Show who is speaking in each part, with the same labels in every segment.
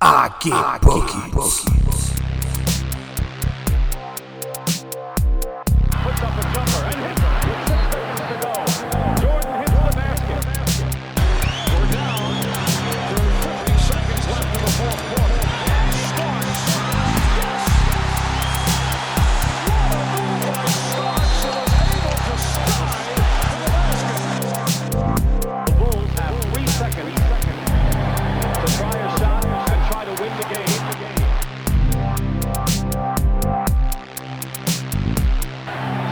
Speaker 1: I get, I get buckets.
Speaker 2: puts up a jumper and hits it with six seconds to go. Jordan hits the basket. We're down to 50 seconds left in the fourth quarter. And Starks. Yes! What a move by Starks who was able to slide to the basket. The Bulls have three seconds to try a shot and try to win the game.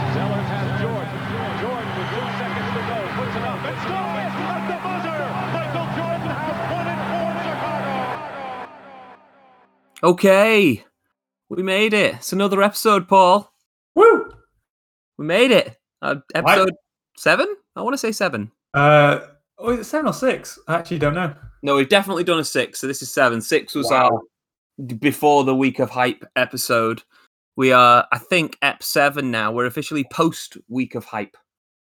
Speaker 2: Zellers has Jordan. Jordan with two seconds to go puts it up and scores at the buzzer. Michael Jordan has won it for Chicago.
Speaker 3: Okay. We made it. It's another episode, Paul.
Speaker 4: Woo!
Speaker 3: We made it. Uh, episode seven? I want to say seven.
Speaker 4: Uh, oh, is it seven or six? I actually don't know.
Speaker 3: No, we've definitely done a six. So this is seven. Six was our before the week of hype episode. We are, I think, EP seven now. We're officially post week of hype.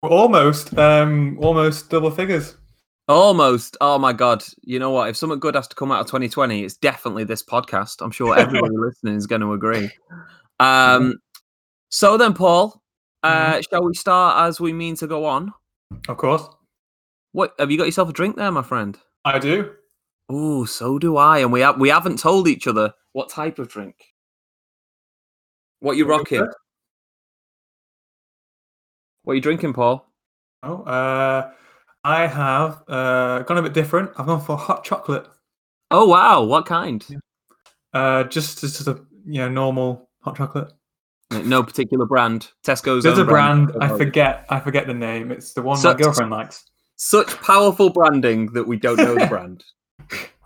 Speaker 4: We're almost, um, almost double figures.
Speaker 3: Almost. Oh my god. You know what? If something good has to come out of 2020, it's definitely this podcast. I'm sure everybody listening is going to agree. Um so then Paul, uh shall we start as we mean to go on?
Speaker 4: Of course,
Speaker 3: What have you got yourself a drink there, my friend?
Speaker 4: I do.
Speaker 3: Oh, so do I. And we have we haven't told each other what type of drink. What you
Speaker 4: What you
Speaker 3: rocking?
Speaker 4: got?
Speaker 3: What you drinking, Paul?
Speaker 4: Oh, uh, I have uh, gone a bit different. I've gone for hot chocolate.
Speaker 3: Oh wow, what kind?
Speaker 4: Uh, just just a you know normal hot chocolate.
Speaker 3: No particular brand. Tesco's.
Speaker 4: There's
Speaker 3: own
Speaker 4: a brand. I
Speaker 3: Oh,
Speaker 4: forget. I forget the name. It's the one
Speaker 3: So-
Speaker 4: my girlfriend likes.
Speaker 3: Such powerful branding that we don't know the brand.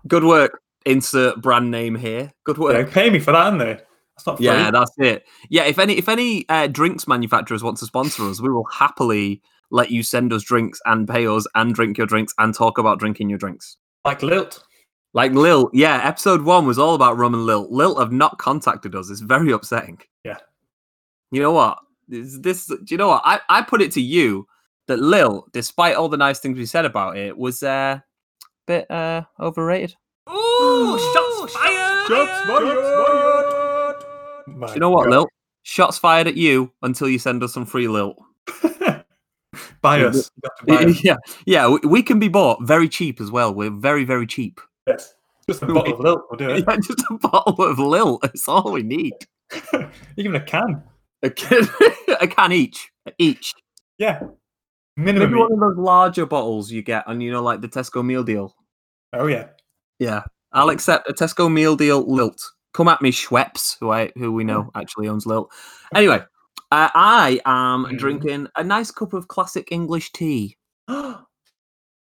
Speaker 3: Good work. Insert brand name here. Good
Speaker 4: They
Speaker 3: work.
Speaker 4: pay me for that, aren't they? That's not free.
Speaker 3: Yeah, that's it. Yeah, if any if any uh, drinks manufacturers want to sponsor us, we will happily let you send us drinks and pay us and drink your drinks and talk about drinking your drinks.
Speaker 4: like Lilt.
Speaker 3: Like Lil, yeah, episode one was all about rum and Lil. Lil have not contacted us. It's very upsetting.
Speaker 4: Yeah.
Speaker 3: You know what? This, this do you know what? I, I put it to you that Lil, despite all the nice things we said about it, was a uh, bit uh overrated. Ooh, shots fired!
Speaker 4: My
Speaker 3: Do you know what,
Speaker 4: God.
Speaker 3: Lil? Shots fired at you until you send us some free Lil.
Speaker 4: Buy
Speaker 3: Yeah,
Speaker 4: us. You have to buy us.
Speaker 3: yeah, yeah, we, we can be bought very cheap as well. We're very, very cheap.
Speaker 4: Yes. Just a bottle of Lilt will do it.
Speaker 3: Yeah, just a bottle of Lil. That's all we need.
Speaker 4: Even a can.
Speaker 3: A can, a can each. Each.
Speaker 4: Yeah.
Speaker 3: Maybe
Speaker 4: Minimum.
Speaker 3: one of those larger bottles you get on, you know, like the Tesco meal deal.
Speaker 4: Oh yeah.
Speaker 3: Yeah. I'll accept a Tesco meal deal lilt. Come at me, Schweppes, who I who we know actually owns Lilt. Anyway, uh, I am
Speaker 4: Mhm.
Speaker 3: drinking a nice cup of classic English tea.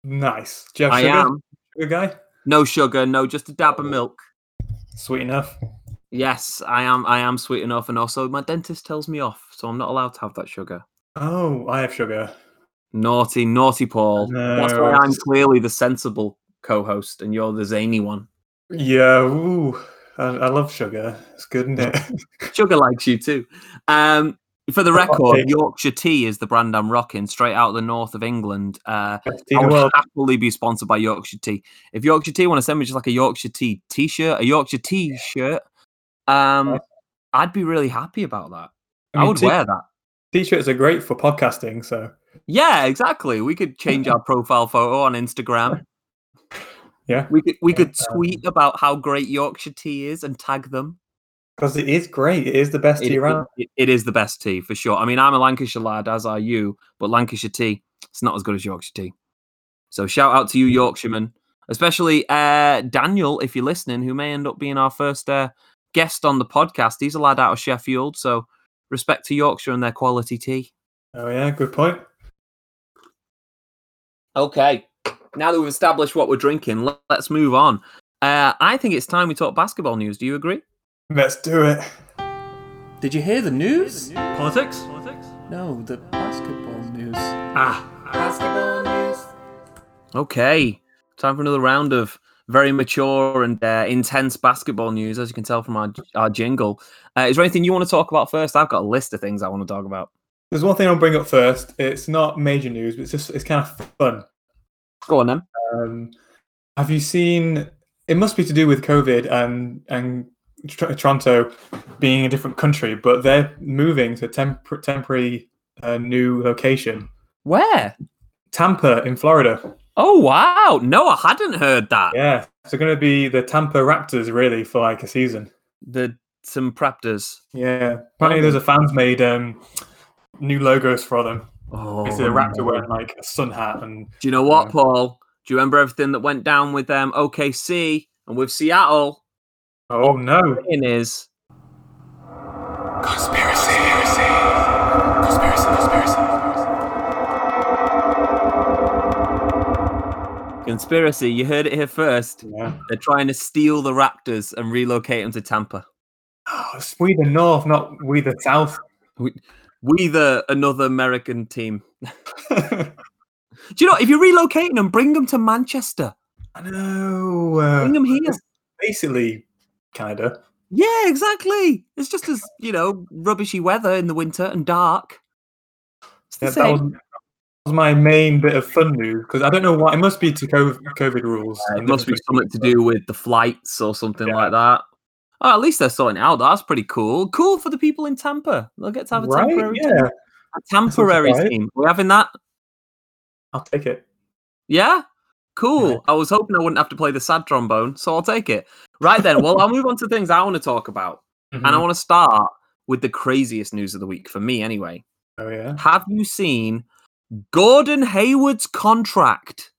Speaker 4: nice. Do you have
Speaker 3: I
Speaker 4: sugar?
Speaker 3: am
Speaker 4: Sugar guy.
Speaker 3: no sugar, no, just a dab of milk.
Speaker 4: Sweet enough.
Speaker 3: Yes, I am. I am sweet enough, and also my dentist tells me off, so I'm not allowed to have that sugar.
Speaker 4: Oh, I have sugar.
Speaker 3: Naughty, naughty, Paul. That's why
Speaker 4: No.
Speaker 3: I'm clearly the sensible co-host, and you're the zany one.
Speaker 4: Yeah. Ooh. I, I love sugar. It's good, isn't it?
Speaker 3: Sugar likes you too. Um, for the
Speaker 4: Hot
Speaker 3: record,
Speaker 4: take.
Speaker 3: Yorkshire Tea is the brand I'm rocking, straight out of the north of England. Uh,
Speaker 4: Best tea
Speaker 3: I
Speaker 4: in the
Speaker 3: would
Speaker 4: world.
Speaker 3: happily be sponsored by Yorkshire Tea. If Yorkshire Tea want to send me just like a Yorkshire Tea T-shirt, a Yorkshire Tea shirt, um,
Speaker 4: Nice.
Speaker 3: I'd be really happy about that.
Speaker 4: I
Speaker 3: I,
Speaker 4: mean,
Speaker 3: would
Speaker 4: tea-
Speaker 3: wear that.
Speaker 4: T-shirts are great for podcasting. So
Speaker 3: Yeah, exactly. We could change our profile photo on Instagram.
Speaker 4: Yeah. um
Speaker 3: We could we could tweet about how great Yorkshire tea is and tag them.
Speaker 4: because it is great. It is the best
Speaker 3: It-
Speaker 4: tea
Speaker 3: it-
Speaker 4: around.
Speaker 3: it- it is the best tea for sure. I mean, I'm a Lancashire lad, as are you, but Lancashire tea, it's not as good as Yorkshire tea. So shout out to you, Yorkshiremen, especially uh, Daniel, if you're listening, who may end up being our first uh, guest on the podcast. He's a lad out of Sheffield, so respect to Yorkshire and their quality tea.
Speaker 4: Oh yeah. Good point.
Speaker 3: Okay. Now that we've established what we're drinking, le- let's move on. Uh, I think it's time we talk basketball news. Do you agree?
Speaker 4: Let's do it.
Speaker 3: Did you hear the news?
Speaker 4: Politics.
Speaker 3: No, the basketball news.
Speaker 4: Ah.
Speaker 3: Okay. Time for another round of very mature and uh, intense basketball news, as you can tell from our, our jingle. Uh, is there anything you want to talk about first? I've got a list of things I want to talk about.
Speaker 4: There's one thing I'll bring up first. It's not major news, but it's just it's kind of fun.
Speaker 3: Go on then.
Speaker 4: Um, have you seen it must be to do with COVID and and Tr- Toronto being a different country, but they're moving to temp- temporary uh, new location,
Speaker 3: Where?
Speaker 4: Tampa in Florida.
Speaker 3: Oh wow! No, I hadn't heard that.
Speaker 4: Yeah, so going to be the Tampa Raptors really for like a season.
Speaker 3: The some Raptors.
Speaker 4: Yeah, apparently there's a fans made um, new logos for them.
Speaker 3: Oh,
Speaker 4: It's a raptor
Speaker 3: no.
Speaker 4: wearing like a sun hat and
Speaker 3: Do you know what,
Speaker 4: Yeah.
Speaker 3: Paul? Do you remember everything that went down with um, OKC and with Seattle?
Speaker 4: oh no,
Speaker 3: It is
Speaker 1: Conspiracy. Conspiracy. Conspiracy.
Speaker 3: conspiracy. You heard it here first.
Speaker 4: yeah.
Speaker 3: They're trying to steal the Raptors and relocate them to Tampa.
Speaker 4: Oh, It's we the north, not we the south.
Speaker 3: We the another American team. Do you know if you're relocating them, bring them to Manchester.
Speaker 4: I know.
Speaker 3: Bring
Speaker 4: Uh,
Speaker 3: them here.
Speaker 4: basically, Canada.
Speaker 3: Yeah, exactly. It's just as you know, rubbishy weather in the winter and dark. It's the
Speaker 4: Yeah, that
Speaker 3: same.
Speaker 4: was, that was my main bit of fun news because I don't know why. It must be to COVID, COVID rules.
Speaker 3: Uh, it
Speaker 4: and
Speaker 3: must be something
Speaker 4: different-
Speaker 3: to do with the flights or something
Speaker 4: Yeah.
Speaker 3: like that. Oh, at least they're sorting it out. That's pretty cool. Cool for the people in Tampa. They'll get to have a
Speaker 4: right?
Speaker 3: temporary,
Speaker 4: Yeah,
Speaker 3: a temporary
Speaker 4: right.
Speaker 3: team. We're having that.
Speaker 4: I'll take it.
Speaker 3: Yeah, cool. I was hoping I wouldn't have to play the sad trombone, so I'll take it. Right then. Well, I'll move on to things I want to talk about,
Speaker 4: Mm-hmm.
Speaker 3: and I want to start with the craziest news of the week for me, anyway.
Speaker 4: oh yeah.
Speaker 3: Have you seen Gordon Hayward's contract?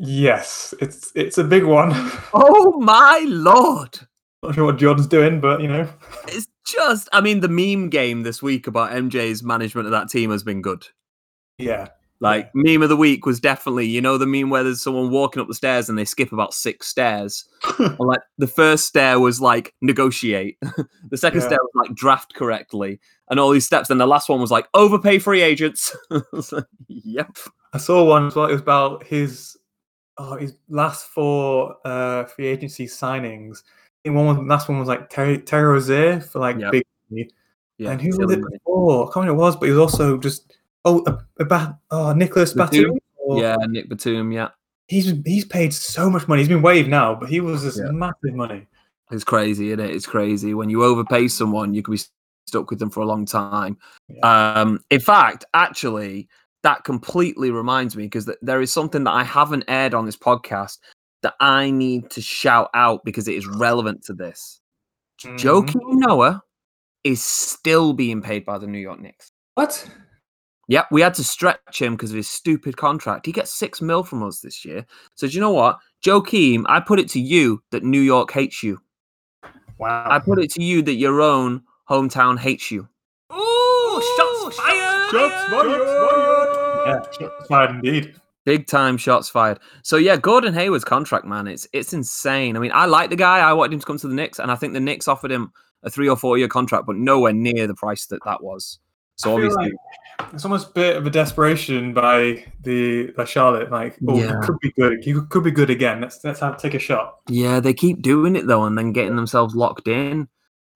Speaker 4: Yes, it's it's a big one. I'm
Speaker 3: Oh my lord!
Speaker 4: not sure what Jordan's doing, but you know.
Speaker 3: It's just, I mean, the meme game this week about MJ's management of that team has been good.
Speaker 4: Yeah.
Speaker 3: Like, meme of the week was definitely, you know, the meme where there's someone walking up the stairs and they skip about six stairs. and, like, the first stair was like, negotiate. the second
Speaker 4: Yeah.
Speaker 3: stair was like, draft correctly. And all these steps. Then the last one was like, overpay free agents. I was like, yep.
Speaker 4: I saw one as well. It was about his oh, his last four uh, free agency signings. I think one was, last one was like Terry Terry Rozier for like
Speaker 3: Yep.
Speaker 4: big,
Speaker 3: Yeah.
Speaker 4: and who was
Speaker 3: silly
Speaker 4: it
Speaker 3: money.
Speaker 4: before? I can't remember who it was, but he was also just oh a, a ba- oh Nicholas
Speaker 3: Batum?
Speaker 4: Batum. Or-
Speaker 3: Yeah, Nick Batum. Yeah.
Speaker 4: he's he's paid so much money. He's been waived now, but he was this
Speaker 3: Yeah.
Speaker 4: massive money.
Speaker 3: It's crazy, isn't it? It's crazy. When you overpay someone, you can be stuck with them for a long time. Um, in fact, actually, that completely reminds me because th- there is something that I haven't aired on this podcast that I need to shout out because it is relevant to this. Joakim Noah is still being paid by the New York Knicks.
Speaker 4: What?
Speaker 3: Yep, we had to stretch him because of his stupid contract. He gets six mil from us this year. So do you know what? Joakim, I put it to you that New York hates you.
Speaker 4: Wow.
Speaker 3: I put it to you that your own hometown hates you. Ooh, shots fired!
Speaker 4: Mm, yeah, shots fired indeed.
Speaker 3: Big time shots fired. So yeah, Gordon Hayward's contract, man, it's it's insane. I mean, I like the guy. I wanted him to come to the Knicks, and I think the Knicks offered him a three or four year contract, but nowhere near the price that that was. So
Speaker 4: I feel
Speaker 3: obviously,
Speaker 4: It's almost a bit of a desperation by the by Charlotte. Like, oh,
Speaker 3: Yeah.
Speaker 4: you could be good. You could be good again. Let's let's have take a shot.
Speaker 3: yeah, they keep doing it though, and then getting themselves locked in.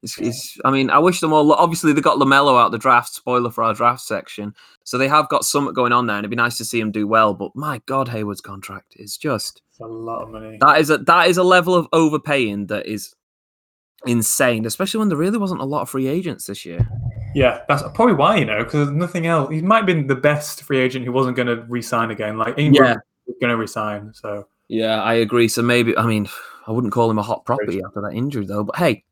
Speaker 3: It's, it's, I mean, I wish them all. lu- Obviously, they got Lamelo out the draft. Spoiler for our draft section. So they have got something going on there, and it'd be nice to see him do well. But my God, Hayward's contract is just
Speaker 4: It's a lot of money.
Speaker 3: That is a that is a level of overpaying that is insane, especially when there really wasn't a lot of free agents this year.
Speaker 4: yeah, that's probably why you know because nothing else. He might have been the best free agent who wasn't going to resign again. Like Ingram
Speaker 3: Yeah.
Speaker 4: was going to resign. So
Speaker 3: Yeah, I agree. So maybe I mean I wouldn't call him a hot property after that injury though. But hey,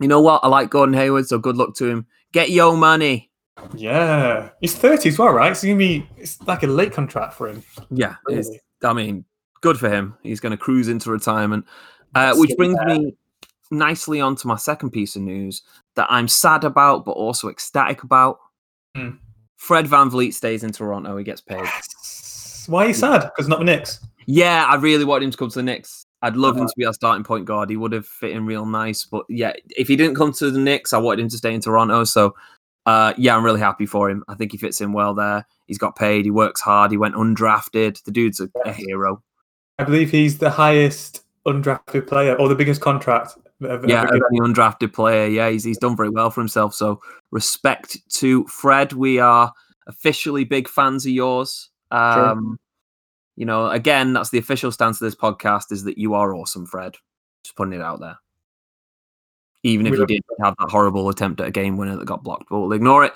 Speaker 3: you know what? I like Gordon Hayward, so good luck to him. Get your money.
Speaker 4: yeah, he's thirty as well, right? So it's gonna be it's like a late contract for him.
Speaker 3: Yeah, it's-
Speaker 4: really.
Speaker 3: I mean, good for him. He's going to cruise into retirement, uh,
Speaker 4: That's
Speaker 3: which
Speaker 4: good,
Speaker 3: brings me nicely onto my second piece of news that I'm sad about, but also ecstatic about.
Speaker 4: Hmm.
Speaker 3: Fred Van Vliet stays in Toronto. He gets paid.
Speaker 4: Why are you sad? Because not the Knicks.
Speaker 3: Yeah, I really wanted him to come to the Knicks. I'd love him
Speaker 4: Uh-huh.
Speaker 3: to be our starting point guard. He would have fit in real nice. But yeah, if he didn't come to the Knicks, I wanted him to stay in Toronto. So uh, yeah, I'm really happy for him. I think he fits in well there. He's got paid. He works hard. He went undrafted. The dude's a, a
Speaker 4: Yes.
Speaker 3: hero.
Speaker 4: I believe he's the highest undrafted player or the biggest contract. Ever,
Speaker 3: Yeah,
Speaker 4: ever
Speaker 3: of
Speaker 4: given.
Speaker 3: any undrafted player. Yeah, he's, he's done very well for himself. So respect to Fred. We are officially big fans of yours. Um, You know, again, that's the official stance of this podcast is that you are awesome, Fred. Just putting it out there. Even if
Speaker 4: We
Speaker 3: you
Speaker 4: love-
Speaker 3: did have that horrible attempt at a game winner that got blocked, but we'll ignore it.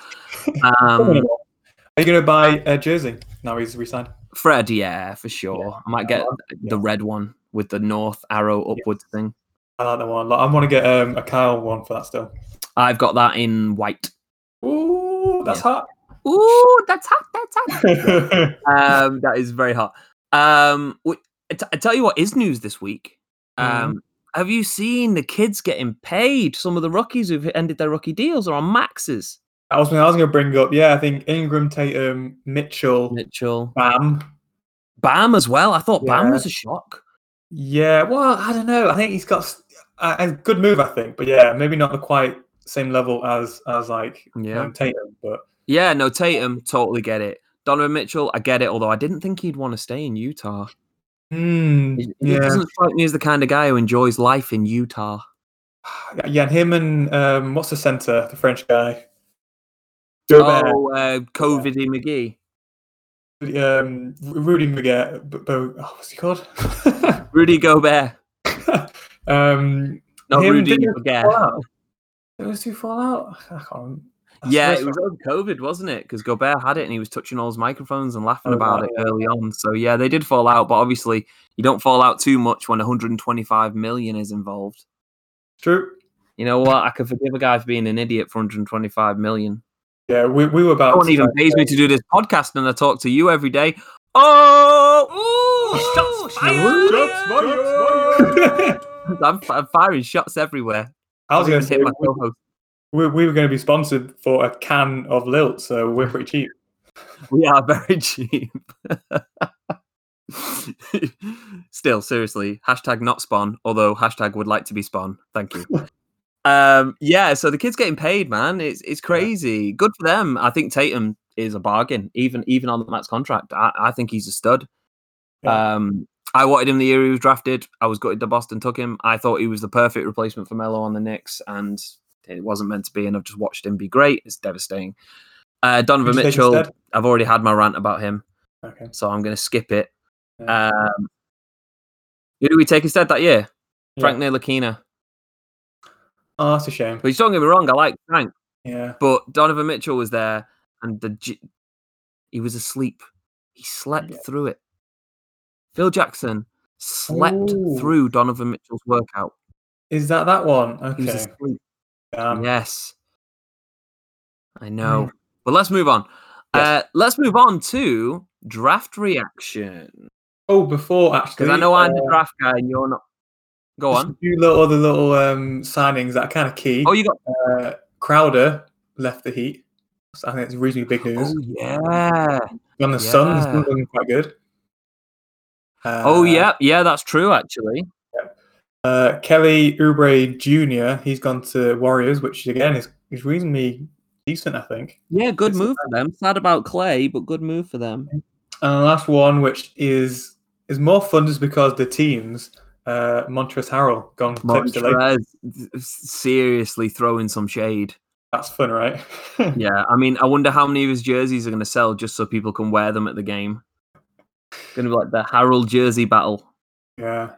Speaker 3: Um,
Speaker 4: Are you going to buy a jersey now he's resigned?
Speaker 3: Fred, yeah, for sure. I might get the
Speaker 4: yeah.
Speaker 3: red one with the north arrow upwards thing.
Speaker 4: I like that one. a lot. I want to get um, a Kyle one for that still.
Speaker 3: I've got that in white.
Speaker 4: Ooh, that's hot.
Speaker 3: Ooh, that's hot. That's hot. um, that is very hot. Um, w- I t- I tell you what is news this week. Um,
Speaker 4: Mm-hmm.
Speaker 3: Have you seen the kids getting paid? Some of the rookies who've ended their rookie deals are on maxes.
Speaker 4: I was, I was going to bring up, yeah, I think Ingram, Tatum, Mitchell,
Speaker 3: Mitchell,
Speaker 4: Bam.
Speaker 3: Bam as well. I thought Bam
Speaker 4: Yeah.
Speaker 3: was a shock.
Speaker 4: Yeah, well, I don't know. I think he's got s- a, a good move, I think, but yeah, maybe not the quite same level as as like
Speaker 3: Yeah.
Speaker 4: um, Tatum, but
Speaker 3: Yeah, no Tatum, totally get it. Donovan Mitchell, I get it. Although I didn't think he'd want to stay in Utah.
Speaker 4: Hmm,
Speaker 3: He, he
Speaker 4: yeah,
Speaker 3: doesn't strike me as the kind of guy who enjoys life in Utah.
Speaker 4: yeah, and him and um, what's the center, the French guy, Gobert,
Speaker 3: Oh, uh, COVID McGee,
Speaker 4: um, Ru- Rudy Maguire, but, but oh, what's he called?
Speaker 3: Rudy Gobert,
Speaker 4: um,
Speaker 3: not
Speaker 4: Him,
Speaker 3: Rudy
Speaker 4: didn't
Speaker 3: Gobert.
Speaker 4: Fallout. It was too Fallout. I can't remember. I
Speaker 3: Yeah,
Speaker 4: swear
Speaker 3: it was over COVID, wasn't it? Because Gobert had it and he was touching all his microphones and laughing
Speaker 4: Oh,
Speaker 3: about
Speaker 4: wow,
Speaker 3: it early on. So yeah, they did fall out, but obviously you don't fall out too much when 125 million is involved.
Speaker 4: it's true.
Speaker 3: You know what? I can forgive a guy for being an idiot for 125 million.
Speaker 4: Yeah, we, we were about.
Speaker 3: No one
Speaker 4: to
Speaker 3: even
Speaker 4: start-
Speaker 3: pays me to do this podcast, and I talk to you every day. Oh, shots fired! I'm, fi- I'm firing shots everywhere.
Speaker 4: I was going to say
Speaker 3: Hit my
Speaker 4: we,
Speaker 3: co-host.
Speaker 4: we, we were going to be sponsored for a can of Lilt, so we're pretty cheap.
Speaker 3: We are very cheap. Still, seriously, hashtag not spawn, although hashtag would like to be spawn. Thank you. um, yeah, so the kid's getting paid, man. It's it's crazy. Good for them. I think Tatum is a bargain, even even on the max contract. I, I think he's a stud.
Speaker 4: Yeah.
Speaker 3: Um, I wanted him the year he was drafted. I was gutted that Boston took him. I thought he was the perfect replacement for Melo on the Knicks, and it wasn't meant to be. And I've just watched him be great. It's devastating. Uh, Donovan
Speaker 4: Who'd you take
Speaker 3: Mitchell.
Speaker 4: instead?
Speaker 3: I've already had my rant about him,
Speaker 4: Okay.
Speaker 3: so I'm going to skip it.
Speaker 4: Yeah.
Speaker 3: Um, who do we take instead that year?
Speaker 4: Yeah.
Speaker 3: Frank Nilakina.
Speaker 4: Oh, that's a shame.
Speaker 3: But don't get me wrong, I like Frank,
Speaker 4: Yeah.
Speaker 3: but Donovan Mitchell was there, and the G- he was asleep. He slept
Speaker 4: Yeah.
Speaker 3: through it. Phil Jackson slept
Speaker 4: Ooh.
Speaker 3: through Donovan Mitchell's workout.
Speaker 4: Is that that one?
Speaker 3: He was
Speaker 4: Okay. Um,
Speaker 3: asleep.
Speaker 4: Damn.
Speaker 3: yes, I know. But let's move on.
Speaker 4: hmm.
Speaker 3: Uh,
Speaker 4: Yes.
Speaker 3: let's move on to draft reaction.
Speaker 4: Oh, before actually.
Speaker 3: Because I know I'm the
Speaker 4: uh,
Speaker 3: draft guy and you're not. Go
Speaker 4: just
Speaker 3: on.
Speaker 4: A few little other little um, signings that are kind of key.
Speaker 3: Oh, you got.
Speaker 4: uh, Crowder left the Heat. So I think it's reasonably big news.
Speaker 3: Oh yeah.
Speaker 4: and the Suns,
Speaker 3: Oh, yeah.
Speaker 4: Suns looking quite good. Uh,
Speaker 3: Oh yeah. Yeah, that's true. Actually,
Speaker 4: Uh, Kelly Oubre Jr. He's gone to Warriors, which again is, is reasonably decent, I think.
Speaker 3: yeah, good
Speaker 4: it's-
Speaker 3: move for them. Sad about Clay, but good move for them.
Speaker 4: And the last one, which is is more fun, just because the teams. Uh, Montrezl Harrell gone Clips to Lakers.
Speaker 3: Montrez seriously throwing some shade.
Speaker 4: That's fun, right?
Speaker 3: Yeah, I mean, I wonder how many of his jerseys are going to sell just so people can wear them at the game. Going to be like the Harold jersey battle.
Speaker 4: yeah.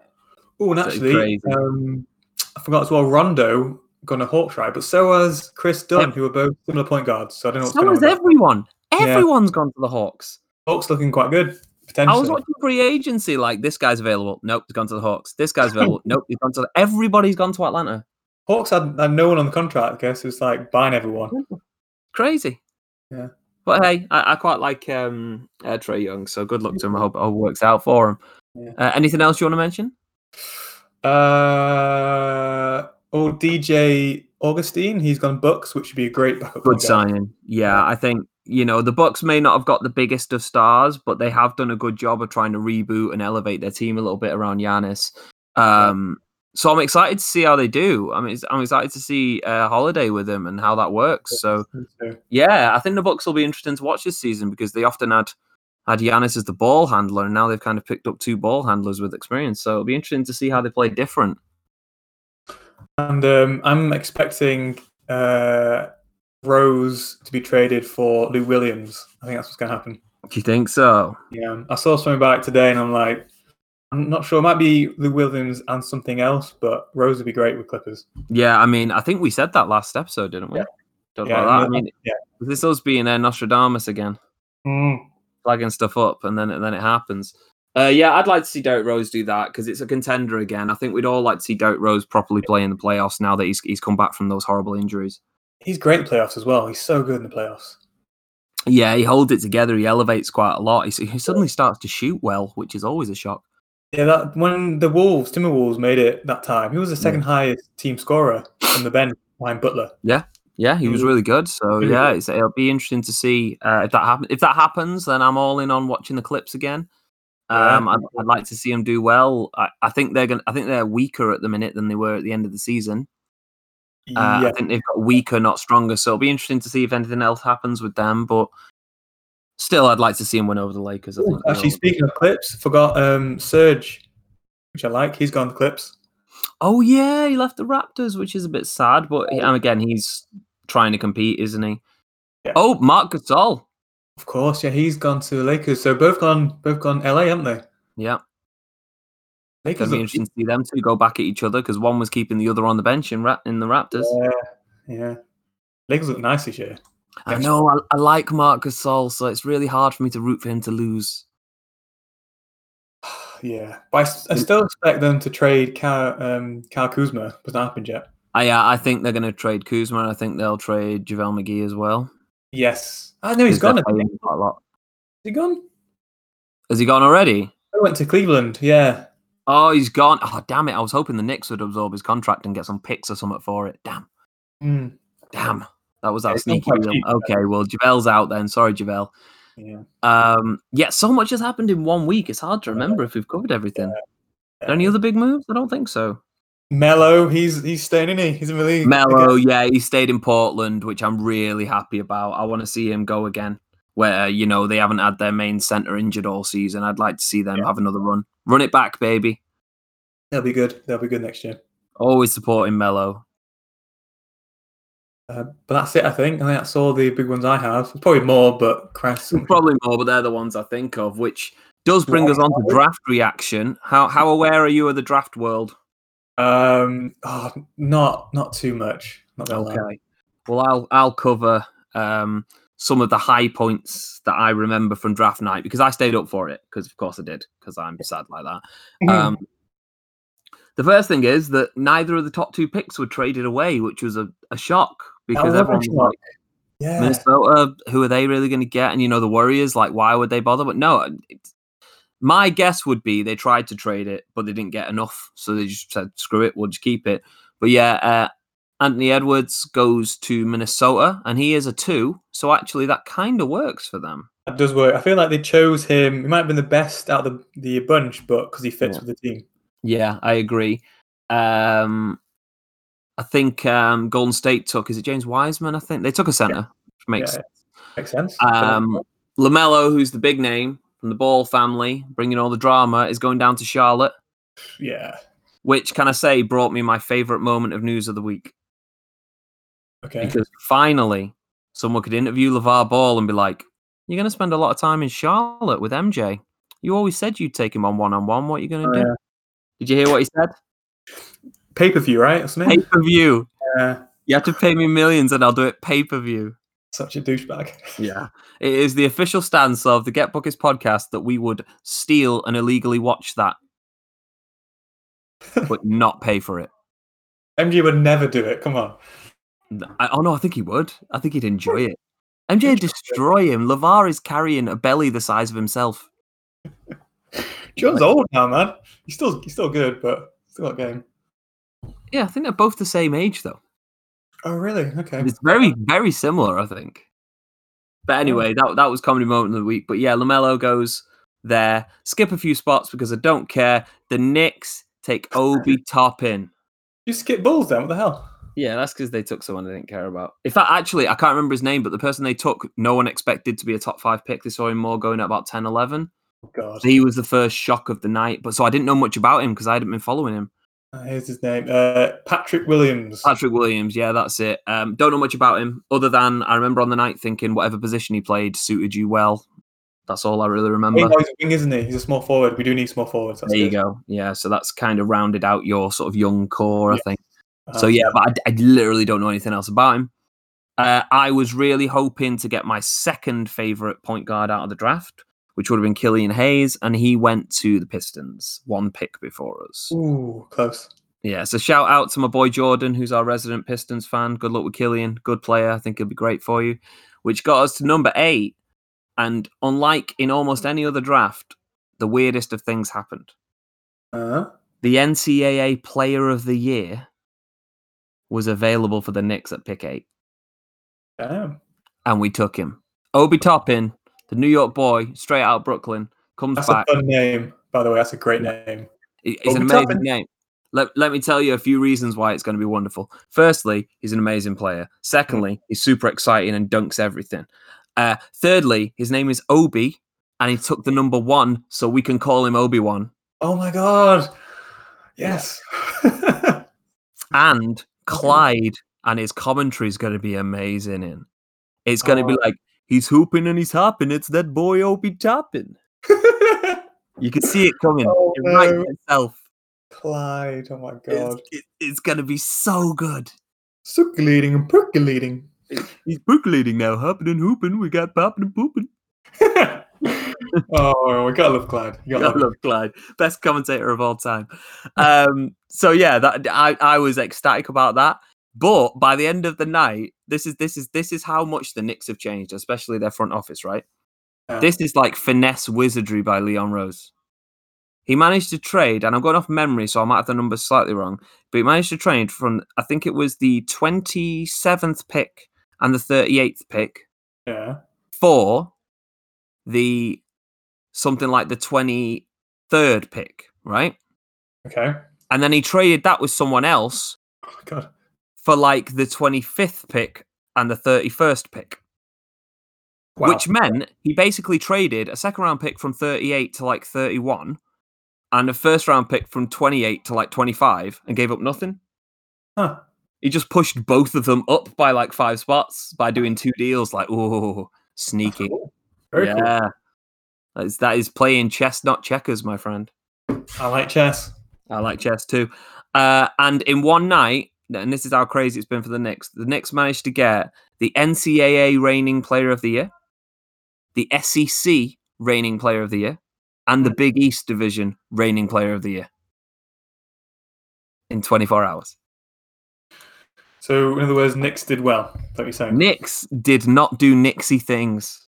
Speaker 4: Oh, and
Speaker 3: So
Speaker 4: actually,
Speaker 3: crazy.
Speaker 4: um, I forgot as well. Rondo gone to Hawks, right? But so has Chris Dunn,
Speaker 3: Ev-
Speaker 4: who are both similar point guards. So I don't know what's
Speaker 3: So
Speaker 4: going
Speaker 3: is
Speaker 4: on. with that.
Speaker 3: everyone.
Speaker 4: Yeah.
Speaker 3: Everyone's gone to the Hawks.
Speaker 4: Hawks looking quite good
Speaker 3: I was
Speaker 4: potentially.
Speaker 3: watching free agency. Like this guy's available. Nope, he's gone to the Hawks. This guy's available. nope, he's gone to. The... Everybody's gone to Atlanta.
Speaker 4: Hawks had, had no one on the contract, I guess. It was like buying everyone.
Speaker 3: Crazy.
Speaker 4: Yeah.
Speaker 3: But hey, I, I quite like um, uh, Trey Young. So good luck to him. I hope it all works out for him.
Speaker 4: Yeah.
Speaker 3: Uh, anything else you want to mention?
Speaker 4: Uh, oh, DJ Augustine, he's gone Bucks, which would be a great backup.
Speaker 3: Good
Speaker 4: point guard.
Speaker 3: signing. Yeah, I think you know the Bucks may not have got the biggest of stars, but they have done a good job of trying to reboot and elevate their team a little bit around Giannis. Um, so I'm excited to see how they do. I'm ex- I'm excited to see uh, Holiday with them and how that works. So.
Speaker 4: So,
Speaker 3: Yeah, I think the Bucks will be interesting to watch this season because they often had had Giannis as the ball handler, and now they've kind of picked up two ball handlers with experience. So it'll be interesting to see how they play different.
Speaker 4: And um, I'm expecting uh, Rose to be traded for Lou Williams. I think that's what's going to happen.
Speaker 3: Do you think so?
Speaker 4: Yeah, I saw something about it today, and I'm like, I'm not sure. It might be Lou Williams and something else, but Rose would be great with Clippers.
Speaker 3: Yeah, I mean, I think we said that last episode, didn't we?
Speaker 4: Yeah.
Speaker 3: Talked
Speaker 4: Yeah,
Speaker 3: about that. I
Speaker 4: no,
Speaker 3: mean,
Speaker 4: yeah.
Speaker 3: is this us being there, uh, Nostradamus again, Hmm.
Speaker 4: Mm.
Speaker 3: flagging stuff up, and then then it happens. Uh, yeah, I'd like to see Derek Rose do that because it's a contender again. I think we'd all like to see Derek Rose properly play in the playoffs now that he's he's come back from those horrible injuries.
Speaker 4: He's great in the playoffs as well. He's so good in the playoffs.
Speaker 3: Yeah, he holds it together. He elevates quite a lot. He, he suddenly starts to shoot well, which is always a shock.
Speaker 4: Yeah, that when the Wolves, Timberwolves made it that time, he was the second highest team scorer on the bench behind Butler.
Speaker 3: Yeah, he was
Speaker 4: Mhm.
Speaker 3: really good. So
Speaker 4: Really
Speaker 3: yeah,
Speaker 4: good.
Speaker 3: it's, it'll be interesting to see uh, if that happens. If that happens, then I'm all in on watching the clips again.
Speaker 4: Yeah.
Speaker 3: Um, I'd, I'd like to see him do well. I, I think they're going to I think they're weaker at the minute than they were at the end of the season. Uh,
Speaker 4: yeah,
Speaker 3: I think they've got weaker, not stronger. So it'll be interesting to see if anything else happens with them. But still, I'd like to see him win over the Lakers. I think they'll-
Speaker 4: Actually, speaking of clips, forgot um Serge, which I like. He's gone to clips.
Speaker 3: Oh yeah, he left the Raptors, which is a bit sad. But he- and again, he's trying to compete, isn't he?
Speaker 4: Yeah.
Speaker 3: Oh, Mark Gasol.
Speaker 4: Of course, yeah, he's gone to the Lakers. So both gone, both gone LA, haven't they?
Speaker 3: Yeah.
Speaker 4: Lakers
Speaker 3: It'll be
Speaker 4: look-
Speaker 3: interesting to see them two go back at each other because one was keeping the other on the bench in, Ra- in the Raptors.
Speaker 4: Yeah, yeah. Lakers look nice this year.
Speaker 3: I
Speaker 4: yeah.
Speaker 3: know, I, I like Marc Gasol, so it's really hard for me to root for him to lose.
Speaker 4: Yeah, but I s- I,
Speaker 3: Mm.
Speaker 4: still expect them to trade Kyle, um, Kyle Kuzma, but it's not happened yet.
Speaker 3: I, uh, I think they're going to trade Kuzma, and I think they'll trade JaVale McGee as well.
Speaker 4: Yes, I know Oh, he's
Speaker 3: 'cause
Speaker 4: gone.
Speaker 3: they're
Speaker 4: I think.
Speaker 3: playing Quite a lot.
Speaker 4: Is he gone?
Speaker 3: Has he gone already?
Speaker 4: I went to Cleveland. Yeah,
Speaker 3: Oh, he's gone. Oh, damn it. I was hoping the Knicks would absorb his contract and get some picks or something for it. Damn.
Speaker 4: Mm,
Speaker 3: Damn. That was
Speaker 4: Yeah,
Speaker 3: that
Speaker 4: it's not
Speaker 3: sneaky.
Speaker 4: quite
Speaker 3: deal.
Speaker 4: cheap, though.
Speaker 3: Okay, well, JaVale's out then. Sorry, JaVale.
Speaker 4: yeah.
Speaker 3: Um, yeah, so much has happened in one week. It's hard to remember if we've covered everything.
Speaker 4: yeah.
Speaker 3: Any other big moves? I don't think so.
Speaker 4: Mello, he's he's staying in. He? He's in the league.
Speaker 3: Mello,
Speaker 4: again.
Speaker 3: yeah, he stayed in Portland, which I'm really happy about. I want to see him go again, where you know they haven't had their main center injured all season. I'd like to see them
Speaker 4: Yeah.
Speaker 3: have another run, run it back, baby.
Speaker 4: they'll be good. They'll be good next year.
Speaker 3: Always supporting Mello.
Speaker 4: Uh, but that's it, I think. I think that's all the big ones I have. There's probably more, but Christ,
Speaker 3: Probably more, but they're the ones I think of, which does bring us on to draft reaction. How how aware are you of the draft world?
Speaker 4: um, oh, not not too much. Not gonna lie.
Speaker 3: Okay. Well, I'll I'll cover um, some of the high points that I remember from draft night because I stayed up for it because of course I did because I'm sad like that. Um, the first thing is that neither of the top two picks were traded away, which was a, a shock because
Speaker 4: was a
Speaker 3: everyone was
Speaker 4: shock.
Speaker 3: like,
Speaker 4: yeah,
Speaker 3: Minnesota, who are they really going to get? And you know, the Warriors, like, why would they bother? But no, it's, my guess would be they tried to trade it, but they didn't get enough. So they just said, screw it, we'll just keep it. But yeah, uh, Anthony Edwards goes to Minnesota and he is a two. So actually, that kind of works for them.
Speaker 4: that does work. I feel like they chose him. He might have been the best out of the, the bunch, but because he fits
Speaker 3: Yeah.
Speaker 4: with the team.
Speaker 3: Yeah, I agree. Um, I think um, Golden State took, is it James Wiseman? I think they took a center, which makes
Speaker 4: Yeah, makes sense.
Speaker 3: Um, Lamelo, who's the big name from the Ball family, bringing all the drama, is going down to Charlotte,
Speaker 4: yeah.
Speaker 3: which can I say brought me my favorite moment of news of the week
Speaker 4: Okay.
Speaker 3: because finally someone could interview LeVar Ball and be like, "You're going to spend a lot of time in Charlotte with MJ. You always said you'd take him on one on one. What are you going
Speaker 4: Oh,
Speaker 3: to do?"
Speaker 4: yeah.
Speaker 3: Did you hear what he said?
Speaker 4: Pay per view, right? Or something?
Speaker 3: Pay per view.
Speaker 4: Yeah.
Speaker 3: You have to pay me millions, and I'll do it pay per view.
Speaker 4: Such a douchebag.
Speaker 3: Yeah. It is the official stance of the Get Buckets podcast that we would steal and illegally watch that, but not pay for it.
Speaker 4: MG would never do it. Come on.
Speaker 3: N- I, oh, no, I think he would. I think he'd enjoy it. MJ would destroy him. LeVar is carrying a belly the size of himself.
Speaker 4: John's old now, man. He's still he's still good, but still got game.
Speaker 3: Yeah, I think they're both the same age, though.
Speaker 4: Oh really? Okay.
Speaker 3: It's very, very similar, I think. But anyway, that, that was comedy moment of the week. But yeah, LaMelo goes there. Skip a few spots because I don't care. The Knicks take Obi Toppin.
Speaker 4: You skip balls then? What the hell?
Speaker 3: Yeah, that's because they took someone they didn't care about. In fact, actually, I can't remember his name, but the person they took, no one expected to be a top five pick. They saw him more going at about 10, 11.
Speaker 4: Oh, God.
Speaker 3: He was the first shock of the night. But so I didn't know much about him because I hadn't been following him.
Speaker 4: Uh, here's his name. Uh, Patrick Williams.
Speaker 3: Patrick Williams, yeah, that's it. Um, don't know much about him other than I remember on the night thinking whatever position he played suited you well. That's all I really remember.
Speaker 4: Hey, no, he's a wing, isn't he? He's a small forward. We do need small forwards. That's
Speaker 3: there you
Speaker 4: good.
Speaker 3: go. Yeah, so that's kind of rounded out your sort of young core, I
Speaker 4: Yeah.
Speaker 3: think.
Speaker 4: Uh,
Speaker 3: So yeah, but I, I literally don't know anything else about him. Uh, I was really hoping to get my second favorite point guard out of the draft, which would have been Killian Hayes, and he went to the Pistons, one pick before us.
Speaker 4: Ooh, close.
Speaker 3: Yeah, so shout out to my boy Jordan, who's our resident Pistons fan. Good luck with Killian. Good player. I think he'll be great for you. Which got us to number eight. And unlike in almost any other draft, the weirdest of things happened.
Speaker 4: Uh,
Speaker 3: The NCAA Player of the Year was available for the Knicks at pick eight,
Speaker 4: damn.
Speaker 3: and we took him. Obi Toppin, the New York boy, straight out of Brooklyn, comes
Speaker 4: That's
Speaker 3: back.
Speaker 4: a fun name, by the way. That's a great name.
Speaker 3: He- He's an
Speaker 4: Obi
Speaker 3: amazing
Speaker 4: Toppin.
Speaker 3: name. Let, let me tell you a few reasons why it's going to be wonderful. Firstly, he's an amazing player. Secondly, he's super exciting and dunks everything. Uh, thirdly, his name is Obi, and he took the number one, so we can call him Obi Wan.
Speaker 4: Oh my god. Yes.
Speaker 3: And
Speaker 4: Mm-hmm.
Speaker 3: Clyde and his commentary is going to be amazing. In it's going to
Speaker 4: Oh.
Speaker 3: be like he's hooping and he's hopping. It's that boy Obi Toppin. You can see it coming.
Speaker 4: Oh,
Speaker 3: It writes
Speaker 4: no.
Speaker 3: itself.
Speaker 4: Clyde. Oh my
Speaker 3: It's,
Speaker 4: god.
Speaker 3: it- it's going to be so good.
Speaker 4: Circulating and percolating.
Speaker 3: He's percolating now, hopping and hooping. We got popping and pooping.
Speaker 4: oh, we gotta love Clyde. You gotta
Speaker 3: I
Speaker 4: love
Speaker 3: love Clyde, best commentator of all time. Um, so yeah, that I, I was ecstatic about that. But by the end of the night, this is this is this is how much the Knicks have changed, especially their front office, right?
Speaker 4: Yeah.
Speaker 3: This is like finesse wizardry by Leon Rose. He managed to trade, and I'm going off memory, so I might have the numbers slightly wrong, but he managed to trade from I think it was the 27th pick and the 38th pick
Speaker 4: Yeah.
Speaker 3: for the something like the 23rd pick, right?
Speaker 4: Okay.
Speaker 3: And then he traded that with someone else
Speaker 4: Oh my god.
Speaker 3: for like the 25th pick and the 31st pick,
Speaker 4: Wow.
Speaker 3: which meant he basically traded a second round pick from 38 to like 31 and a first round pick from 28 to like 25 and gave up nothing.
Speaker 4: Huh.
Speaker 3: He just pushed both of them up by like five spots by doing two deals. Like, oh, sneaky.
Speaker 4: Cool. Very cool.
Speaker 3: yeah. That is, that is playing chess, not checkers, my friend.
Speaker 4: I like chess.
Speaker 3: I like chess too. Uh, and in one night, and this is how crazy it's been for the Knicks, the Knicks managed to get the NCAA reigning player of the year, the SEC reigning player of the year, and the Big East division reigning player of the year in 24 hours.
Speaker 4: So, in other words, Knicks did well. Is that what you're saying?
Speaker 3: Knicks did not do Knicksy things.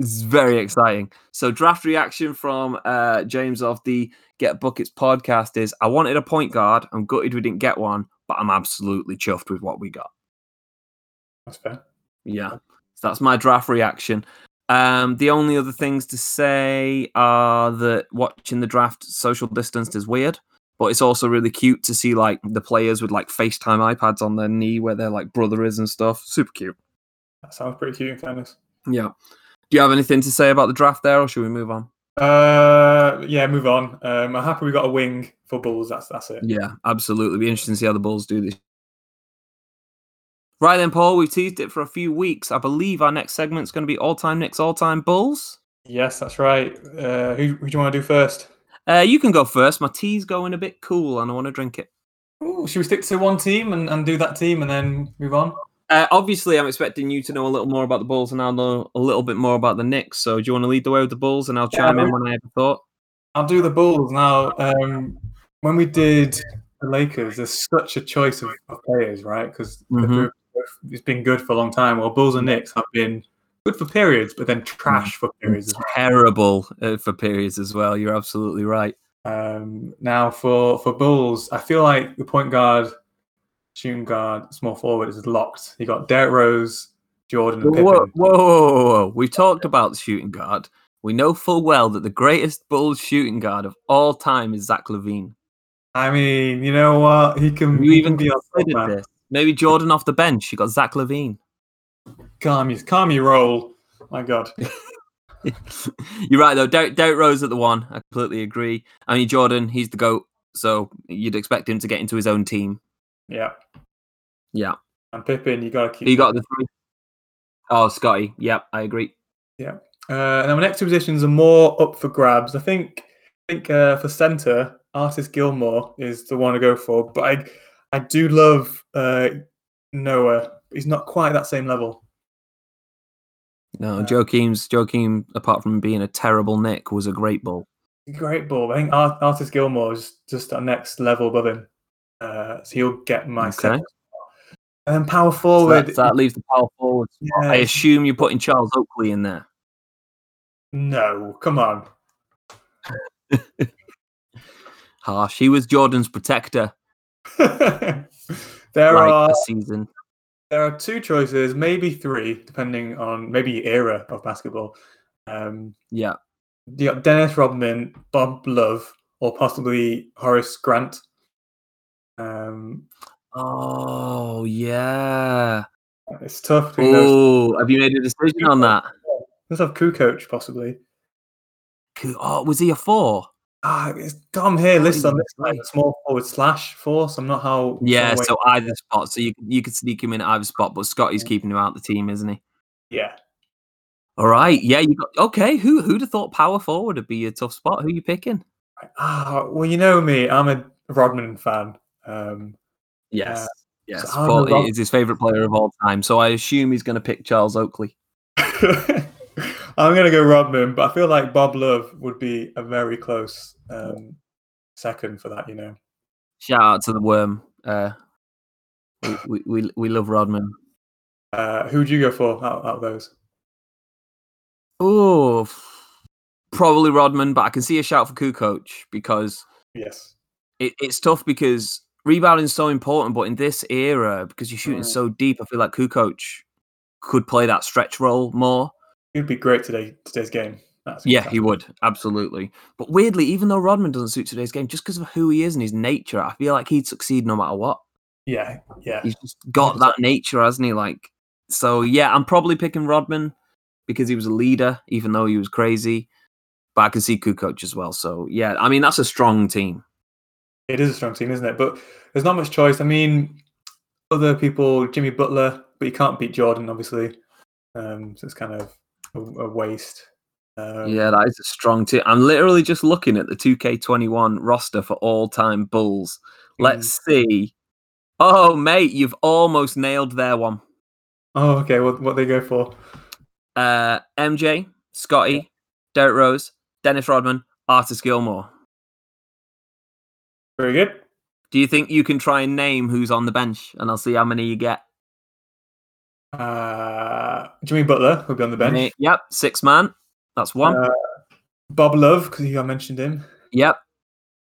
Speaker 3: It's very exciting. So draft reaction from uh, James of the Get Buckets podcast is: I wanted a point guard. I'm gutted we didn't get one, but I'm absolutely chuffed with what we got.
Speaker 4: That's fair.
Speaker 3: Yeah, so that's my draft reaction. Um, the only other things to say are that watching the draft social distanced is weird, but it's also really cute to see like the players with like FaceTime iPads on their knee where their like brother is and stuff. Super cute.
Speaker 4: That sounds pretty cute, in fairness.
Speaker 3: Yeah. Do you have anything to say about the draft there, or should we move on?
Speaker 4: Uh, yeah, move on. Um, I'm happy we got a wing for Bulls. That's that's it.
Speaker 3: Yeah, absolutely. Be interesting to see how the Bulls do this. Right then, Paul, we've teased it for a few weeks. I believe our next segment's going to be all time Knicks, all time Bulls.
Speaker 4: Yes, that's right. Uh, who, who do you want to do first?
Speaker 3: Uh, you can go first. My tea's going a bit cool and I want to drink it.
Speaker 4: Ooh, should we stick to one team and, and do that team and then move on?
Speaker 3: Uh, obviously, I'm expecting you to know a little more about the Bulls and I'll know a little bit more about the Knicks. So, do you want to lead the way with the Bulls and I'll
Speaker 4: Yeah,
Speaker 3: chime in
Speaker 4: we-
Speaker 3: when I have a thought?
Speaker 4: I'll do the Bulls now. Um, when we did the Lakers, there's such a choice of, of players, right? Because
Speaker 3: Mhm.
Speaker 4: it's been good for a long time. Well, Bulls and Knicks have been good for periods, but then trash for periods. as well.
Speaker 3: Terrible uh, for periods as well. You're absolutely right.
Speaker 4: Um, now for for Bulls, I feel like the point guard, shooting guard, small forward is locked. You got Derrick Rose, Jordan, and
Speaker 3: Whoa, whoa,
Speaker 4: Pippen.
Speaker 3: whoa, whoa, whoa, whoa. We talked about the shooting guard. We know full well that the greatest Bulls shooting guard of all time is Zach Levine.
Speaker 4: I mean, you know what? He can
Speaker 3: Have you
Speaker 4: Mm, he
Speaker 3: even
Speaker 4: can be on
Speaker 3: considered this? Maybe Jordan off the bench. You got Zach Levine.
Speaker 4: calm you calm your roll. My God.
Speaker 3: You're right though. Derek, Derek Rose at the one. I completely agree. I mean Jordan, he's the goat, so you'd expect him to get into his own team.
Speaker 4: Yeah.
Speaker 3: Yeah.
Speaker 4: And Pippen, you gotta keep
Speaker 3: Who You got at the three. Oh, Scotty. Yep, I agree.
Speaker 4: Yeah. Uh, now, my next two positions are more up for grabs. I think, I think uh, for centre, Artist Gilmore is the one to go for. But I, I do love uh, Noah. He's not quite that same level.
Speaker 3: No,
Speaker 4: Uh,
Speaker 3: Joachim's Joachim, apart from being a terrible Nick, was a great ball.
Speaker 4: Great ball. I think Art- Artist Gilmore is just that next level above him. Uh, so he'll get my
Speaker 3: Okay.
Speaker 4: second. And then power
Speaker 3: So
Speaker 4: forward.
Speaker 3: that, that leaves the power forward. spot. I
Speaker 4: Yeah.
Speaker 3: assume you're putting Charles Oakley in there.
Speaker 4: No, come on.
Speaker 3: Harsh. He was Jordan's protector
Speaker 4: there
Speaker 3: like
Speaker 4: are
Speaker 3: a season.
Speaker 4: there are two choices, maybe three, depending on maybe your era of basketball. Um,
Speaker 3: Yeah.
Speaker 4: you got Dennis Rodman, Bob Love, or possibly Horace Grant. Um,
Speaker 3: Oh yeah.
Speaker 4: it's tough between those.
Speaker 3: Oh, have you made a decision on that?
Speaker 4: Let's have Kukoc possibly.
Speaker 3: Who- Oh, was he a four?
Speaker 4: Ah, it's Dom here. List on
Speaker 3: even
Speaker 4: this like
Speaker 3: play.
Speaker 4: small forward slash force. I'm not how.
Speaker 3: Yeah,
Speaker 4: how-
Speaker 3: so either spot. So you you could sneak him in at either spot, but Scotty's keeping him out the team, isn't he?
Speaker 4: yeah.
Speaker 3: All right. Yeah, you got okay. Who who'd have thought power forward would be a tough spot? Who you picking?
Speaker 4: Ah, well, you know me. I'm a Rodman fan. Um,
Speaker 3: Yes. yes.
Speaker 4: so I'm
Speaker 3: Paul
Speaker 4: a Rob-
Speaker 3: is his favourite player of all time. So I assume he's gonna pick Charles Oakley.
Speaker 4: uh, I'm gonna go Rodman, but I feel like Bob Love would be a very close um, second for that. You know,
Speaker 3: Shout out to the worm. Uh we, we, we, we love Rodman.
Speaker 4: uh, who would you go for out, out of those?
Speaker 3: Oh, f- probably Rodman, but I can see a shout for Kukoc because
Speaker 4: Yes,
Speaker 3: it, it's tough because rebounding is so important. But in this era, because you're shooting
Speaker 4: Mm.
Speaker 3: so deep, I feel like Kukoc could play that stretch role more.
Speaker 4: he'd be great today. Today's game. That's
Speaker 3: Yeah, he would absolutely. But weirdly, even though Rodman doesn't suit today's game, just because of who he is and his nature, I feel like he'd succeed no matter what.
Speaker 4: Yeah, yeah.
Speaker 3: He's just got that nature, hasn't he? Like, so yeah, I'm probably picking Rodman because he was a leader, even though he was crazy. But I can see Kukoc as well. So yeah, I mean that's a strong team.
Speaker 4: It is a strong team, isn't it? But there's not much choice. I mean, other people, Jimmy Butler, but you can't beat Jordan, obviously. Um, so it's kind of a, a waste. Um,
Speaker 3: yeah, that is a strong team. I'm literally just looking at the 2K21 roster for all-time Bulls. Let's see. Oh mate, you've almost nailed their one.
Speaker 4: Oh, okay. What what they go for?
Speaker 3: Uh, MJ, Scotty, Derek Rose, Dennis Rodman, Artis Gilmore.
Speaker 4: Very good.
Speaker 3: Do you think you can try and name who's on the bench, and I'll see how many you get?
Speaker 4: Uh, Jimmy Butler will be on the bench.
Speaker 3: Mate, Yep, six man. That's one.
Speaker 4: Uh, Bob Love, because I mentioned him.
Speaker 3: yep.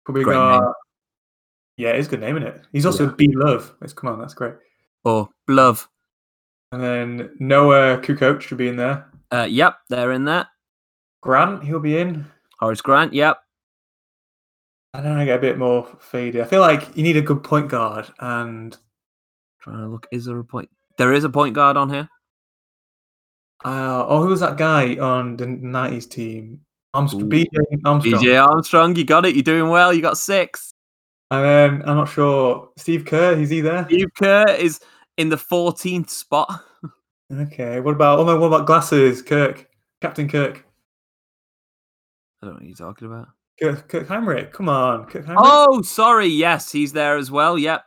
Speaker 4: Probably
Speaker 3: Great
Speaker 4: got.
Speaker 3: name.
Speaker 4: Yeah, it's a good name, is it? He's also B Love. Let's come on, that's great.
Speaker 3: Or Love.
Speaker 4: And then Noah Kukoc should be in there.
Speaker 3: Uh, yep, they're in there.
Speaker 4: Grant, he'll be in.
Speaker 3: Horace Grant. Yep.
Speaker 4: I don't know, get a bit more faded. I feel like you need a good point guard, and
Speaker 3: Trying to look. Is there a point? There is a point guard on here.
Speaker 4: uh, oh, who was that guy on the '90s team? Armstrong,
Speaker 3: Ooh.
Speaker 4: BJ Armstrong,
Speaker 3: BJ Armstrong. You got it. You're doing well. You got six.
Speaker 4: and then Um, I'm not sure. Steve Kerr, is he there?
Speaker 3: Steve Kerr is in the 14th spot.
Speaker 4: Okay, what about oh no, what about glasses? Kirk, Captain Kirk,
Speaker 3: I don't know what you're talking about.
Speaker 4: Kirk, Kirk Heinrich. Come on, Kirk Heinrich,
Speaker 3: Oh, sorry. Yes, he's there as well. Yep.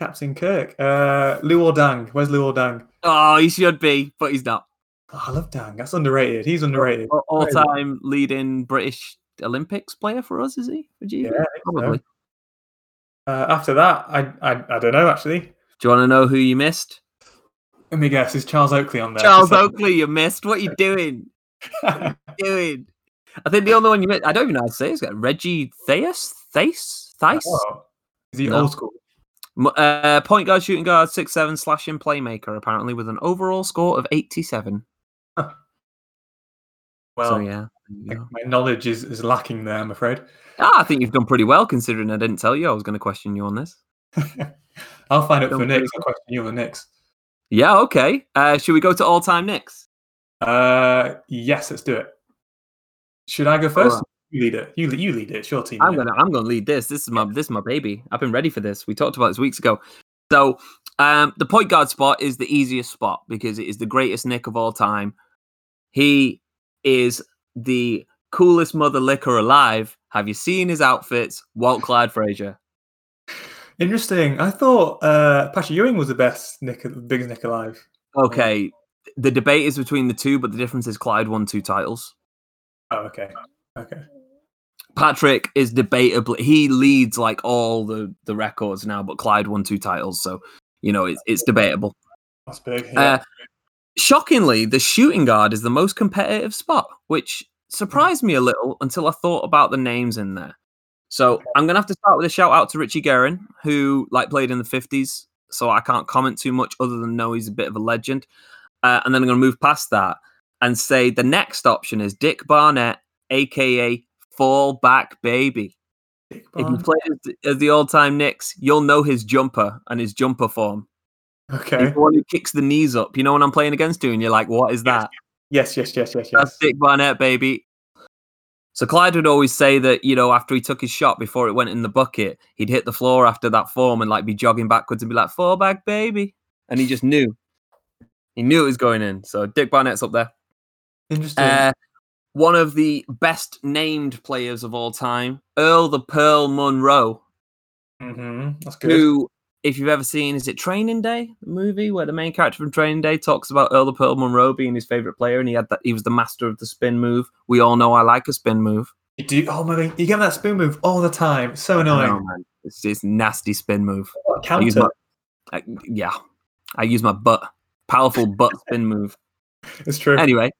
Speaker 4: Captain Kirk. Uh, Luol Dang, where's Luol Dang?
Speaker 3: Oh, he should be, but he's not.
Speaker 4: Oh, I love Dang. That's underrated. He's underrated.
Speaker 3: All time leading British Olympics player for us, is he? Would you?
Speaker 4: Yeah, I think so.
Speaker 3: Probably.
Speaker 4: Uh, after that, I, I I don't know actually.
Speaker 3: Do you want to know who you missed?
Speaker 4: Let me guess. Is Charles Oakley on there? Oh,
Speaker 3: Charles
Speaker 4: Just-
Speaker 3: Oakley, you missed. What you doing? doing? I think the only one you missed, I don't even know how to say it. Reggie Theus? Theis? Theis?
Speaker 4: Oh, Is he
Speaker 3: No.
Speaker 4: old school?
Speaker 3: M- Uh, point guard, shooting guard, six seven, slashing playmaker, apparently, with an overall score of 87.
Speaker 4: Well,
Speaker 3: so, yeah. there you
Speaker 4: I-
Speaker 3: go.
Speaker 4: my knowledge is, is lacking there. I'm afraid.
Speaker 3: Ah, I think you've done pretty well considering I didn't tell you I was going to question you on this.
Speaker 4: I'll find out
Speaker 3: Don't
Speaker 4: for
Speaker 3: worry.
Speaker 4: Nick's. I'll question you on Nick's.
Speaker 3: Yeah, okay. Uh, should we go to all time Knicks?
Speaker 4: Uh, yes, let's do it. Should I go first?
Speaker 3: right.
Speaker 4: You lead it. You, le- you lead it. It's your team.
Speaker 3: I'm
Speaker 4: Nick.
Speaker 3: gonna I'm gonna lead this. This is my this is my baby. I've been ready for this. We talked about this weeks ago. So um, the point guard spot is the easiest spot because it is the greatest Nick of all time. He is the coolest mother licker alive. Have you seen his outfits? Walt Clyde Frazier.
Speaker 4: Interesting. I thought uh, Patrick Ewing was the best Nick, the biggest Nick alive.
Speaker 3: Okay, the debate is between the two, but the difference is Clyde won two titles.
Speaker 4: Oh, okay, okay.
Speaker 3: Patrick is debatably he leads like all the the records now, but Clyde won two titles, so you know it's it's debatable.
Speaker 4: That's big.
Speaker 3: Uh, shockingly, the shooting guard is the most competitive spot, which
Speaker 4: Hmm.
Speaker 3: surprised me a little until I thought about the names in there. So I'm gonna have to start with a shout out to Richie Guerin, who like played in the 50s, so I can't comment too much other than know he's a bit of a legend. Uh, and then I'm gonna move past that and say the next option is Dick Barnett, aka Fall Back Baby.
Speaker 4: Big
Speaker 3: If you
Speaker 4: Barn.
Speaker 3: play as the, as the old-time Knicks, you'll know his jumper and his jumper form. He's
Speaker 4: okay.
Speaker 3: the one who kicks the knees up. You know when I'm playing against you, and you're like, "What is that?"
Speaker 4: Yes, yes, yes, yes,
Speaker 3: That's
Speaker 4: yes.
Speaker 3: Dick Barnett, baby. So Clyde would always say that, you know, after he took his shot before it went in the bucket, he'd hit the floor after that form and like be jogging backwards and be like, four back, baby. And he just knew. He knew it was going in. So Dick Barnett's up there.
Speaker 4: Interesting.
Speaker 3: Uh, one of the best named players of all time, Earl the Pearl Monroe,
Speaker 4: hmm That's good.
Speaker 3: who, if you've ever seen, is it Training Day, the movie where the main character from Training Day talks about Earl the Pearl Monroe being his favorite player, and he had that he was the master of the spin move. We all know I like a spin move.
Speaker 4: You do. Oh my god, you get that spoon move all the time. It's so
Speaker 3: I
Speaker 4: annoying.
Speaker 3: know, man. It's this nasty spin move.
Speaker 4: What,
Speaker 3: I use
Speaker 4: Counter.
Speaker 3: my, I- yeah, I use my butt, powerful butt spin move.
Speaker 4: It's true.
Speaker 3: Anyway,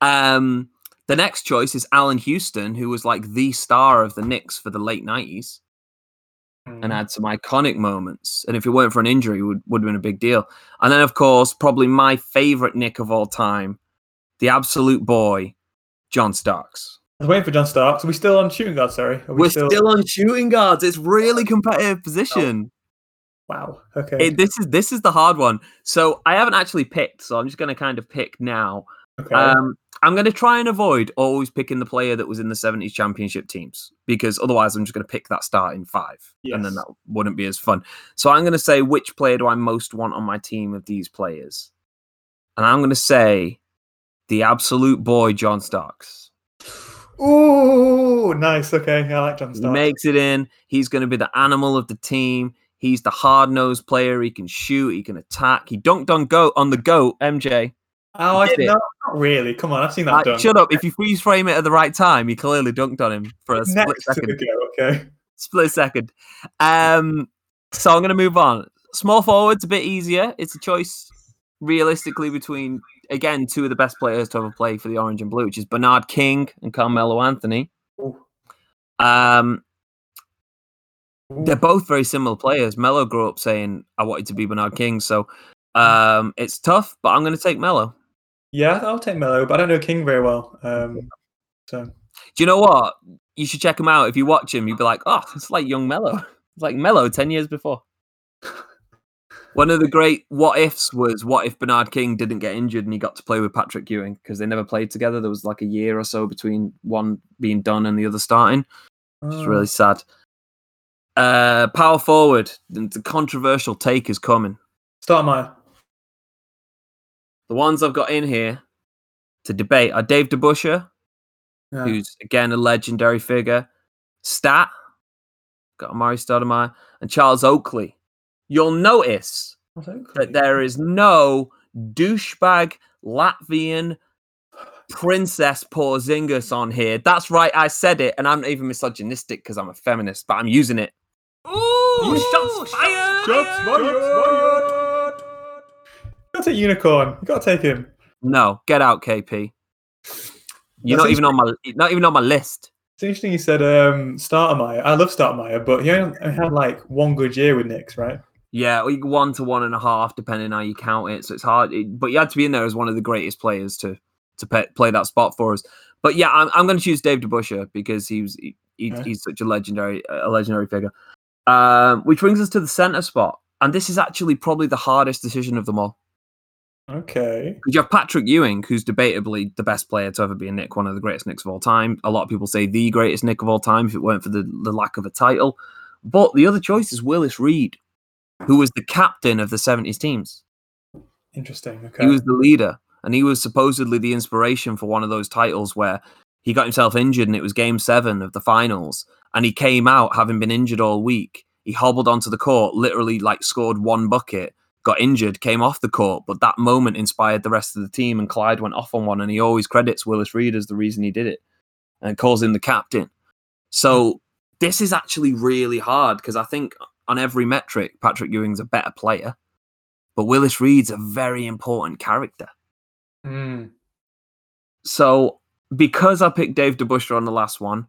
Speaker 3: um, the next choice is Alan Houston, who was like the star of the Knicks for the late nineties.
Speaker 4: Mm. Mm-hmm.
Speaker 3: and had some iconic moments. And if it weren't for an injury, it would would have been a big deal. And then, of course, probably my favorite Nick of all time, the absolute boy, John Starks.
Speaker 4: I was waiting for John Starks. Are we still on shooting guard? Sorry. Are we
Speaker 3: We're still, on shooting guards. It's really competitive position.
Speaker 4: Wow. Okay.
Speaker 3: It- this is this is the hard one. So I haven't actually picked. So I'm just going to kind of pick now.
Speaker 4: okay.
Speaker 3: Um, I'm going to try and avoid always picking the player that was in the 70s championship teams because otherwise I'm just going to pick that starting five and then
Speaker 4: Yes.
Speaker 3: that wouldn't be as fun. So I'm going to say which player do I most want on my team of these players? And I'm going to say the absolute boy, John Starks.
Speaker 4: Ooh, nice. Okay, I like John
Speaker 3: He
Speaker 4: Starks.
Speaker 3: makes it in. He's going to be the animal of the team. He's the hard nosed player. He can shoot. He can attack. He dunked on go on the goat, MJ.
Speaker 4: oh, I,
Speaker 3: did it.
Speaker 4: no, not really. Come on, I've seen that
Speaker 3: Like,
Speaker 4: done.
Speaker 3: shut up. If you freeze frame it at the right time, he clearly dunked on him for a split
Speaker 4: Next to
Speaker 3: second.
Speaker 4: the go. Okay.
Speaker 3: split second. Um, so I'm going to move on. Small forwards a bit easier. It's a choice realistically between again two of the best players to ever play for the orange and blue, which is Bernard King and Carmelo Anthony.
Speaker 4: Ooh.
Speaker 3: Um,
Speaker 4: Ooh.
Speaker 3: they're both very similar players. Mello grew up saying I wanted to be Bernard King, so um, it's tough. But I'm going to take Mello.
Speaker 4: Yeah, I'll take Mello, but I don't know King very well. Um, so
Speaker 3: Do you know what? You should check him out. If you watch him, you'd be like, oh, it's like young Mello. It's like Mello 10 years before. One of the great what ifs was what if Bernard King didn't get injured and he got to play with Patrick Ewing because they never played together. There was like a year or so between one being done and the other starting. It's really sad. Uh, power forward. The the controversial take is coming.
Speaker 4: start my
Speaker 3: The ones I've got in here to debate are Dave DeBuscher,
Speaker 4: yeah.
Speaker 3: who's again a legendary figure. Stat got Amari Stoudemire and Charles Oakley. You'll notice
Speaker 4: Charles Oakley.
Speaker 3: that there is no douchebag Latvian princess Porzingis on here. That's right, I said it, and I'm not even misogynistic because I'm a feminist, but I'm using it. Ooh, shots fired!
Speaker 4: You gotta take Unicorn. You gotta take him.
Speaker 3: No, get out, KP. You're
Speaker 4: That's
Speaker 3: not even on my not even on my list.
Speaker 4: It's interesting you said um, Startermeyer. I love Startermeyer, but he only had like one good year with Knicks, right?
Speaker 3: Yeah, or you- one to one and a half, depending how you count it. So it's hard, it- but you had to be in there as one of the greatest players to to pe- play that spot for us. But yeah, I'm, I'm going to choose Dave DeBuscher because he was he, he-
Speaker 4: Okay.
Speaker 3: he's such a legendary a legendary figure. Um, which brings us to the center spot, and this is actually probably the hardest decision of them all
Speaker 4: Okay.
Speaker 3: because you have Patrick Ewing, who's debatably the best player to ever be a Nick, one of the greatest Knicks of all time. A lot of people say the greatest Nick of all time if it weren't for the, the lack of a title. But the other choice is Willis Reed, who was the captain of the 70s teams.
Speaker 4: Interesting. Okay.
Speaker 3: He was the leader. and he was supposedly the inspiration for one of those titles where he got himself injured, and it was Game Seven of the finals, and he came out having been injured all week. He hobbled onto the court, literally like scored one bucket, got injured, came off the court, but that moment inspired the rest of the team, and Clyde went off on one, and he always credits Willis Reed as the reason he did it, and calls him the captain. So this is actually really hard because I think on every metric, Patrick Ewing's a better player, but Willis Reed's a very important character.
Speaker 4: Mm.
Speaker 3: So because I picked Dave DeBuscher on the last one,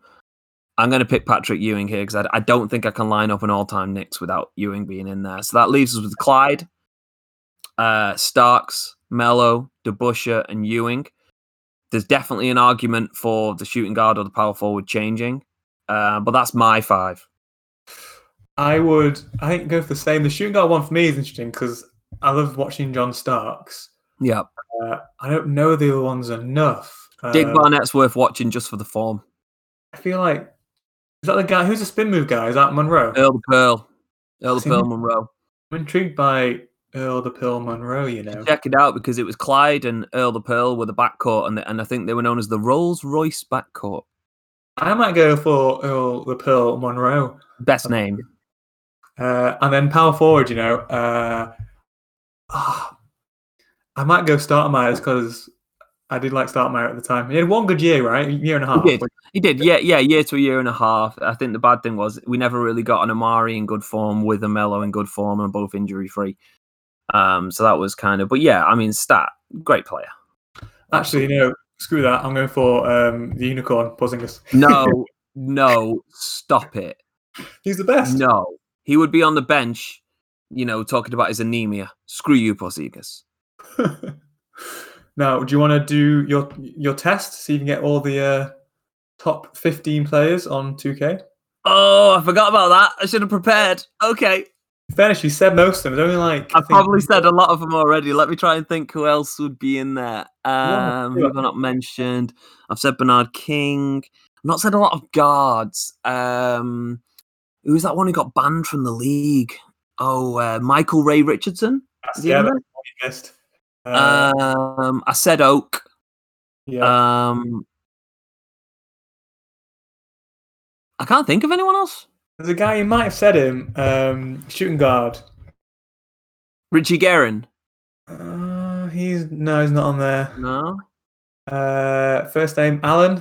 Speaker 3: I'm going to pick Patrick Ewing here because I, I don't think I can line up an all-time Knicks without Ewing being in there. So that leaves us with Clyde, uh, Starks, Mello, DeBuscher, and Ewing. There's definitely an argument for the shooting guard or the power forward changing, uh, but that's my five.
Speaker 4: I would, I think, go for the same. The shooting guard one for me is interesting because I love watching John Starks.
Speaker 3: Yeah,
Speaker 4: Uh, I don't know the other ones enough.
Speaker 3: Dick
Speaker 4: Uh,
Speaker 3: Barnett's worth watching just for the form.
Speaker 4: I feel like is that the guy who's a spin move guy? Is that Monroe?
Speaker 3: Earl the Pearl, Earl the
Speaker 4: See,
Speaker 3: Pearl Monroe.
Speaker 4: I'm intrigued by Earl the Pill Monroe. You know,
Speaker 3: Check it out because it was Clyde and Earl the Pearl were the backcourt, and the, and I think they were known as the Rolls Royce backcourt.
Speaker 4: I might go for Earl the Pill Monroe.
Speaker 3: Best name.
Speaker 4: Uh, and then power forward, you know, uh, ah, I might go Stoudemire because I did like Stoudemire at the time. He had one good year, right? A year and a half.
Speaker 3: did. He did, yeah, yeah, year to a year and a half. I think the bad thing was we never really got an Amari in good form with a Mello in good form and both injury free. Um, so that was kind of, but yeah, I mean, stat, great player.
Speaker 4: Actually, you know, screw that. I'm going for um, the unicorn, Porzingis.
Speaker 3: No, no, stop it.
Speaker 4: He's the best.
Speaker 3: No, he would be on the bench, you know, talking about his anemia. Screw you, Porzingis.
Speaker 4: now, do you want to do your your test so you can get all the uh, top 15 players on 2K?
Speaker 3: Oh, I forgot about that. I should have prepared. Okay,
Speaker 4: In fairness, you said most of them. There's only like
Speaker 3: I've
Speaker 4: think-
Speaker 3: probably said a lot of them already. Let me try and think who else would be in there.
Speaker 4: Yeah,
Speaker 3: Um,
Speaker 4: do
Speaker 3: who
Speaker 4: it.
Speaker 3: have I not mentioned? I've said Bernard King. I've not said a lot of guards. Um, who was that one who got banned from the league? Oh, uh, Michael Ray Richardson. Is he
Speaker 4: yeah,
Speaker 3: in
Speaker 4: that's
Speaker 3: there?
Speaker 4: what you missed. Uh,
Speaker 3: Um, I said Oak.
Speaker 4: yeah.
Speaker 3: Um, I can't think of anyone else.
Speaker 4: There's a guy you might have said him, um, shooting guard.
Speaker 3: Richie Guerin.
Speaker 4: Uh, he's no, he's not on there.
Speaker 3: No.
Speaker 4: Uh, first name Alan.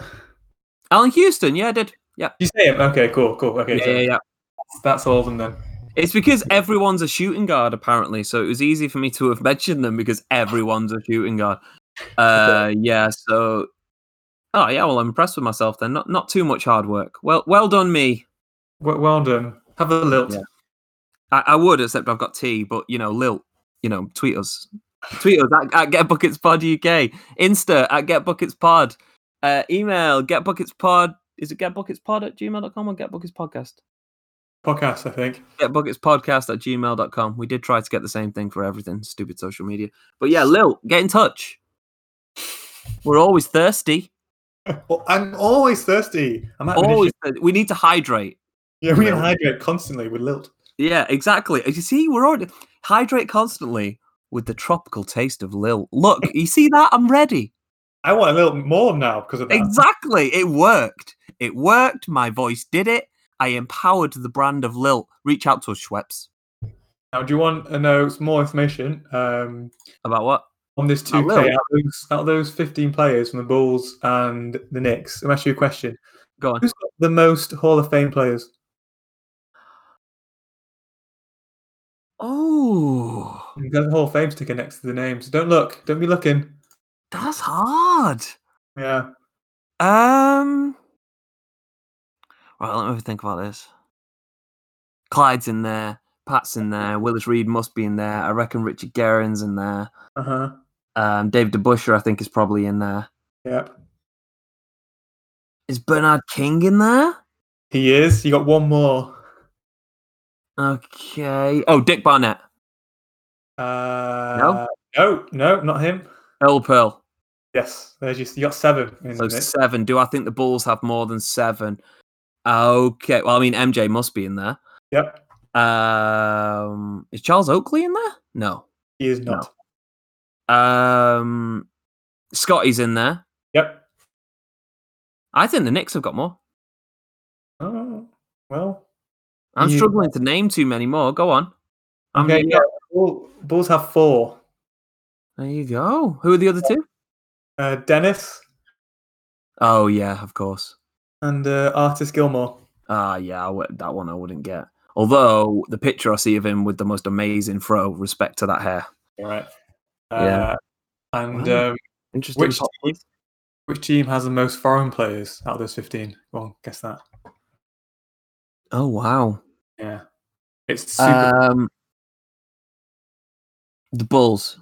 Speaker 3: Alan Houston. Yeah, I did. Yeah.
Speaker 4: You say him? Okay, cool, cool. Okay,
Speaker 3: Yeah,
Speaker 4: so
Speaker 3: yeah, yeah.
Speaker 4: that's all of them then.
Speaker 3: It's because everyone's a shooting guard, apparently. So it was easy for me to have mentioned them because everyone's a shooting guard. Uh, yeah. So, oh yeah. Well, I'm impressed with myself then. Not not too much hard work. Well, well done me.
Speaker 4: Well, well done. Have a lilt.
Speaker 3: Yeah. I, I would, except I've got tea. But you know, Lil, you know, tweet us, tweet us at, at Get Buckets Pod UK, Insta at Get Buckets Pod, uh, email Get Buckets Pod. Is it Get Buckets Pod at gmail.com or Get Buckets Podcast?
Speaker 4: Podcast, I think.
Speaker 3: Get buckets podcast at gmail.com. We did try to get the same thing for everything, stupid social media. But yeah, Lil, get in touch. We're always thirsty.
Speaker 4: Well, I'm always thirsty. I'm at
Speaker 3: Always thir- we need to hydrate.
Speaker 4: Yeah, we
Speaker 3: Lilt.
Speaker 4: hydrate constantly with lilt.
Speaker 3: Yeah, exactly. As you see, we're already hydrate constantly with the tropical taste of Lil. Look, you see that? I'm ready.
Speaker 4: I want a little more now because of that.
Speaker 3: Exactly. It worked. It worked. My voice did it. I empowered the brand of Lil. Reach out to us, Schweppes.
Speaker 4: Now, do you want to know some more information um,
Speaker 3: About what?
Speaker 4: on this
Speaker 3: I
Speaker 4: 2K?
Speaker 3: will.
Speaker 4: Out of, those, out of those 15 players from the Bulls and the Knicks, I'm asking you a question.
Speaker 3: Go on.
Speaker 4: Who's got the most Hall of Fame players?
Speaker 3: Oh.
Speaker 4: You've got the Hall of Fame sticker next to the names. Don't look. Don't be looking.
Speaker 3: That's hard.
Speaker 4: Yeah.
Speaker 3: Um. Right, let me think about this. Clyde's in there. Pat's in there. Willis Reed must be in there. I reckon Richard Guerin's in there.
Speaker 4: Uh huh.
Speaker 3: Um, Dave DeBuscher, I think, is probably in there.
Speaker 4: Yeah.
Speaker 3: Is Bernard King in there?
Speaker 4: He is. You got one more.
Speaker 3: Okay. Oh, Dick Barnett.
Speaker 4: Uh, No, no, not him.
Speaker 3: Earl Pearl.
Speaker 4: Yes. There's your, you got seven in the
Speaker 3: So
Speaker 4: Knicks.
Speaker 3: seven. Do I think the Bulls have more than seven? Okay. Well, I mean, MJ must be in there.
Speaker 4: Yep.
Speaker 3: Um, is Charles Oakley in there? No.
Speaker 4: He is
Speaker 3: No.
Speaker 4: not.
Speaker 3: Um, Scotty's in there.
Speaker 4: Yep.
Speaker 3: I think the Knicks have got more.
Speaker 4: Oh, well.
Speaker 3: I'm
Speaker 4: You-
Speaker 3: struggling to name too many more. Go on. How many
Speaker 4: Okay,
Speaker 3: you
Speaker 4: yeah.
Speaker 3: got?
Speaker 4: Bull- Bulls have four.
Speaker 3: There you go. Who are the other two?
Speaker 4: Uh, Dennis
Speaker 3: Oh yeah, of course.
Speaker 4: and uh, Artis Gilmore.
Speaker 3: Ah yeah, I w- that one I wouldn't get. Although the picture I see of him with the most amazing fro, respect to that hair.
Speaker 4: All right.
Speaker 3: Yeah.
Speaker 4: Uh, And
Speaker 3: Wow.
Speaker 4: um,
Speaker 3: Interesting.
Speaker 4: which
Speaker 3: pop-
Speaker 4: team, which team has the most foreign players out of those 15? Go on, guess that.
Speaker 3: Oh wow.
Speaker 4: Yeah. It's super.
Speaker 3: Um, the Bulls.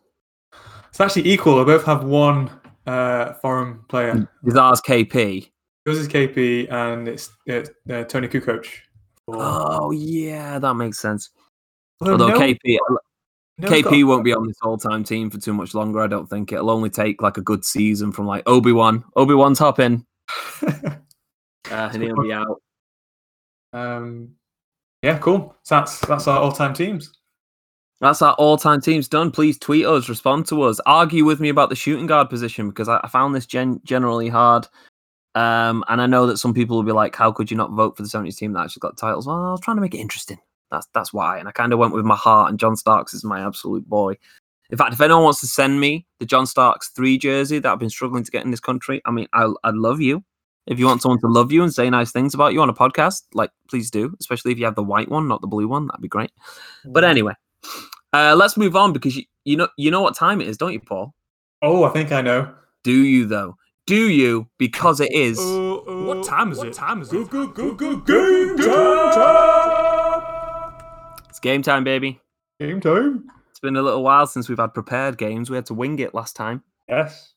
Speaker 4: it's actually equal. They both have one uh, foreign player.
Speaker 3: Is ours KP?
Speaker 4: Yours is KP and it's uh, uh, Tony Kukoc. Or-
Speaker 3: Oh yeah, that makes sense.
Speaker 4: Although
Speaker 3: Although
Speaker 4: no-
Speaker 3: KP,
Speaker 4: no
Speaker 3: KP
Speaker 4: got-
Speaker 3: won't be on this all-time team for too much longer. I don't think it'll only take like a good season from like Obi Wan. Obi Wan's hopping, uh, and he'll be out.
Speaker 4: um, yeah, cool. So that's that's our all-time teams.
Speaker 3: That's our all-time teams done. Please tweet us, respond to us, argue with me about the shooting guard position because I, I found this gen- generally hard. Um, and I know that some people will be like, "How could you not vote for the 70s team that actually got titles?" Well, I was trying to make it interesting. That's that's why. And I kind of went with my heart. And John Starks is my absolute boy. In fact, if anyone wants to send me the John Starks three jersey that I've been struggling to get in this country, I mean, I I love you. If you want someone to love you and say nice things about you on a podcast, like please do. Especially if you have the white one, not the blue one, that'd be great. But anyway, uh, let's move on because you, you know you know what time it is, don't you, Paul?
Speaker 4: Oh, I think I know.
Speaker 3: Do you though? Do you? Because it is.
Speaker 4: Uh, What
Speaker 1: time is it? time is it?
Speaker 4: Game time!
Speaker 3: It's game time, baby.
Speaker 4: Game time.
Speaker 3: It's been a little while since we've had prepared games. We had to wing it last time,
Speaker 4: Yes.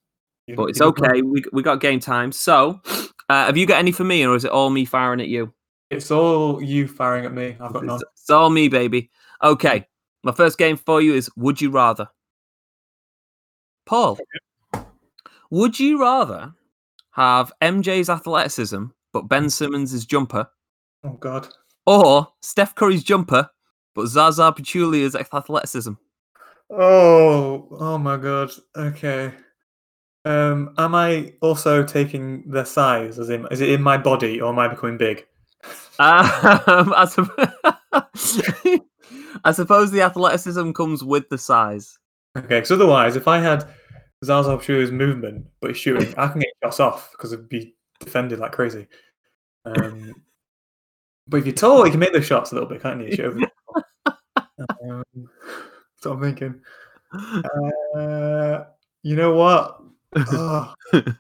Speaker 4: You-
Speaker 3: but it's
Speaker 4: you can-
Speaker 3: okay. We we got game time. So, uh, have you got any for me, or is it all me firing at you?
Speaker 4: It's all you firing at me. I've got none.
Speaker 3: It's, it's all me, baby. Okay, my first game for you is Would You Rather? Paul, would you rather have MJ's athleticism but Ben Simmons' jumper,
Speaker 4: Oh God.
Speaker 3: or Steph Curry's jumper but Zaza Pachulia's athleticism?
Speaker 4: Oh, oh my God. Okay. Um, am I also taking their size? As in, is it in my body, or am I becoming big?
Speaker 3: Um, I, sup- I suppose the athleticism comes with the size.
Speaker 4: Okay, because otherwise, if I had Zaza Pachulia's movement but he's shooting, I can get shots off because it'd be defended like crazy. Um, but if you're tall, you can make those shots a little bit, can't you? Shoot over the top. um, that's what I'm thinking. Uh, you know what? Oh,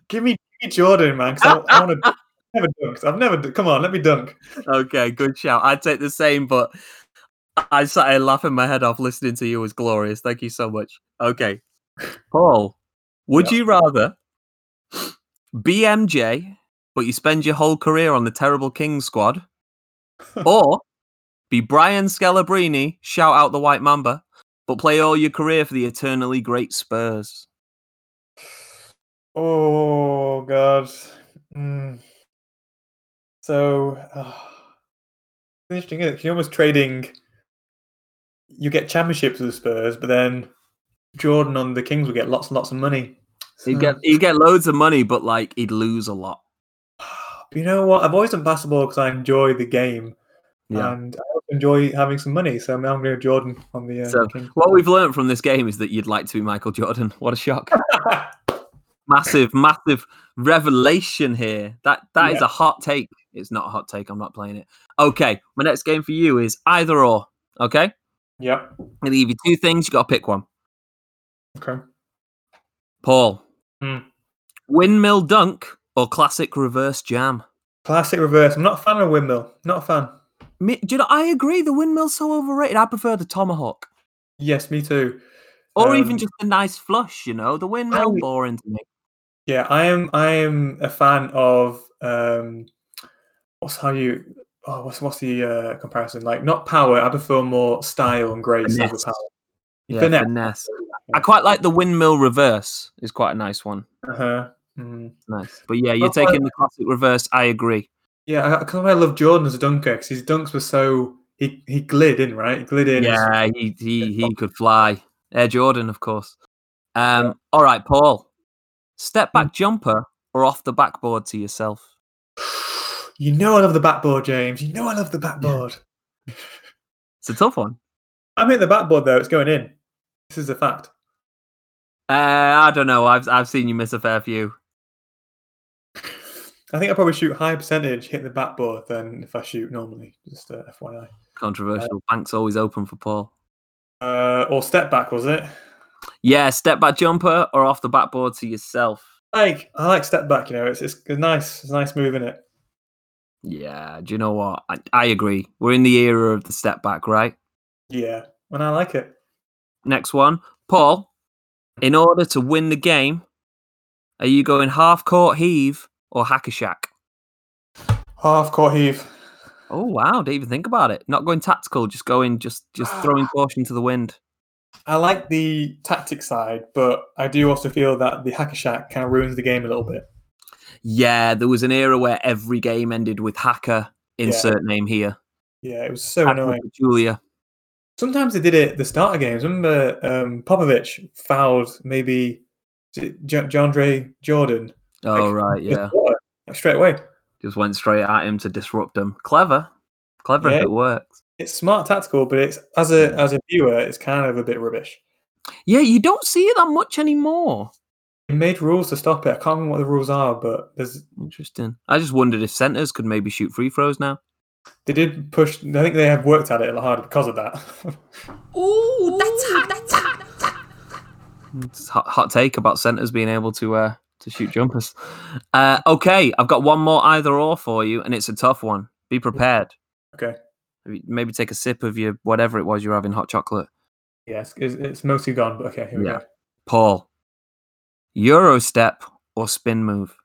Speaker 4: give me give me Jordan, man, because I, want to. Never dunked. I've never. dun- Come on, let me dunk.
Speaker 3: Okay, good shout. I'd take the same, but I sat here laughing my head off listening to you was glorious. Thank you so much. Okay. Paul, would
Speaker 4: Yeah.
Speaker 3: you rather be MJ, but you spend your whole career on the terrible King squad, or be Brian Scalabrine, shout out the White Mamba, but play all your career for the eternally great Spurs?
Speaker 4: Oh God. Mm. So ah, it's interesting. Isn't it? You're almost trading. You get championships with the Spurs, but then Jordan on the Kings will get lots and lots of money.
Speaker 3: He'd
Speaker 4: So-
Speaker 3: get, he'd get loads of money, but like he'd lose a lot.
Speaker 4: But you know what? I've always done basketball because I enjoy the game
Speaker 3: Yeah.
Speaker 4: and I also enjoy having some money. So I'm, I'm going to Jordan on the uh,
Speaker 3: So,
Speaker 4: Kings.
Speaker 3: What we've learned from this game is that you'd like to be Michael Jordan. What a shock. massive, massive revelation here. That that is
Speaker 4: Yeah.
Speaker 3: a hot take. It's not a hot take. I'm not playing it. Okay, my next game for you is either or. Okay, I'm
Speaker 4: yep.
Speaker 3: gonna give you two things. You got to pick one.
Speaker 4: Okay.
Speaker 3: Paul,
Speaker 4: Hmm.
Speaker 3: windmill dunk or classic reverse jam.
Speaker 4: Classic reverse. I'm not a fan of windmill. Not a fan.
Speaker 3: Me, do you know? I agree. The windmill's so overrated. I prefer the tomahawk.
Speaker 4: Yes, me too.
Speaker 3: Or even
Speaker 4: Um,
Speaker 3: just a nice flush, you know. The windmill
Speaker 4: I-
Speaker 3: boring to me.
Speaker 4: Yeah, I am. I am a fan of um, what's how you? Oh, what's what's the uh, comparison? Like not power. I prefer more style and grace over
Speaker 3: Finesse.
Speaker 4: power.
Speaker 3: Yeah,
Speaker 4: Finesse.
Speaker 3: finesse. I quite like the windmill reverse. Is quite a nice one.
Speaker 4: Uh-huh. Mm.
Speaker 3: Nice, but yeah, you're
Speaker 4: That's why-
Speaker 3: taking the classic reverse. I agree.
Speaker 4: Yeah, because I love Jordan as a dunker because his dunks were so he he glid in right. He glid in.
Speaker 3: Yeah, he he he could fly. Air Jordan, of course. Um, all right, Paul. Step back jumper or off the backboard to yourself?
Speaker 4: You know I love the backboard, James. You know I love the backboard.
Speaker 3: It's a tough one.
Speaker 4: I mean the backboard though, it's going in. This is a fact.
Speaker 3: Uh, I don't know. I've I've seen you miss a fair few.
Speaker 4: I think I probably shoot higher percentage hit the backboard than if I shoot normally. Just uh, FYI.
Speaker 3: Controversial. Bank's always open for Paul.
Speaker 4: Uh, or step back was it?
Speaker 3: Yeah, step back jumper or off the backboard to yourself.
Speaker 4: Like I like step back. You know, it's it's a nice. It's a nice move in it.
Speaker 3: Yeah, do you know what? I, I agree. We're in the era of the step back, right?
Speaker 4: Yeah, and I like it.
Speaker 3: Next one, Paul. In order to win the game, are you going half court heave or hack a shack?
Speaker 4: Half court heave.
Speaker 3: Oh wow! Didn't even think about it. Not going tactical, just going, just just throwing caution to the wind.
Speaker 4: I like the tactic side, but I do also feel that the hacker shack kind of ruins the game a little bit.
Speaker 3: Yeah, there was an era where every game ended with hacker. Insert name here.
Speaker 4: Yeah, it was so
Speaker 3: Hacker
Speaker 4: annoying.
Speaker 3: Julia.
Speaker 4: Sometimes they did it at the start of games. Remember, um, Popovich fouled maybe Jandre Jordan.
Speaker 3: Oh
Speaker 4: Like,
Speaker 3: right,
Speaker 4: with
Speaker 3: yeah.
Speaker 4: water, like, straight away.
Speaker 3: Just went straight at him to disrupt him. Clever, clever if
Speaker 4: Yeah.
Speaker 3: it works.
Speaker 4: It's smart tactical, but it's as a as a viewer, it's kind of a bit rubbish.
Speaker 3: Yeah, you don't see it that much anymore.
Speaker 4: They made rules to stop it. I can't remember what the rules are, but there's
Speaker 3: Interesting. I just wondered if centers could maybe shoot free throws now.
Speaker 4: they did push. I think they have worked at it a lot harder because of that.
Speaker 5: Ooh, that's hot. That's hot.
Speaker 3: It's hot, hot take about centers being able to uh, to shoot jumpers. Uh, okay, I've got one more either or for you, and it's a tough one. Be prepared.
Speaker 4: okay.
Speaker 3: Maybe- Maybe take a sip of your whatever it was you're having, hot chocolate.
Speaker 4: Yes, it's, it's mostly gone, but okay, here we
Speaker 3: Yeah.
Speaker 4: go.
Speaker 3: Paul, Euro step or spin move?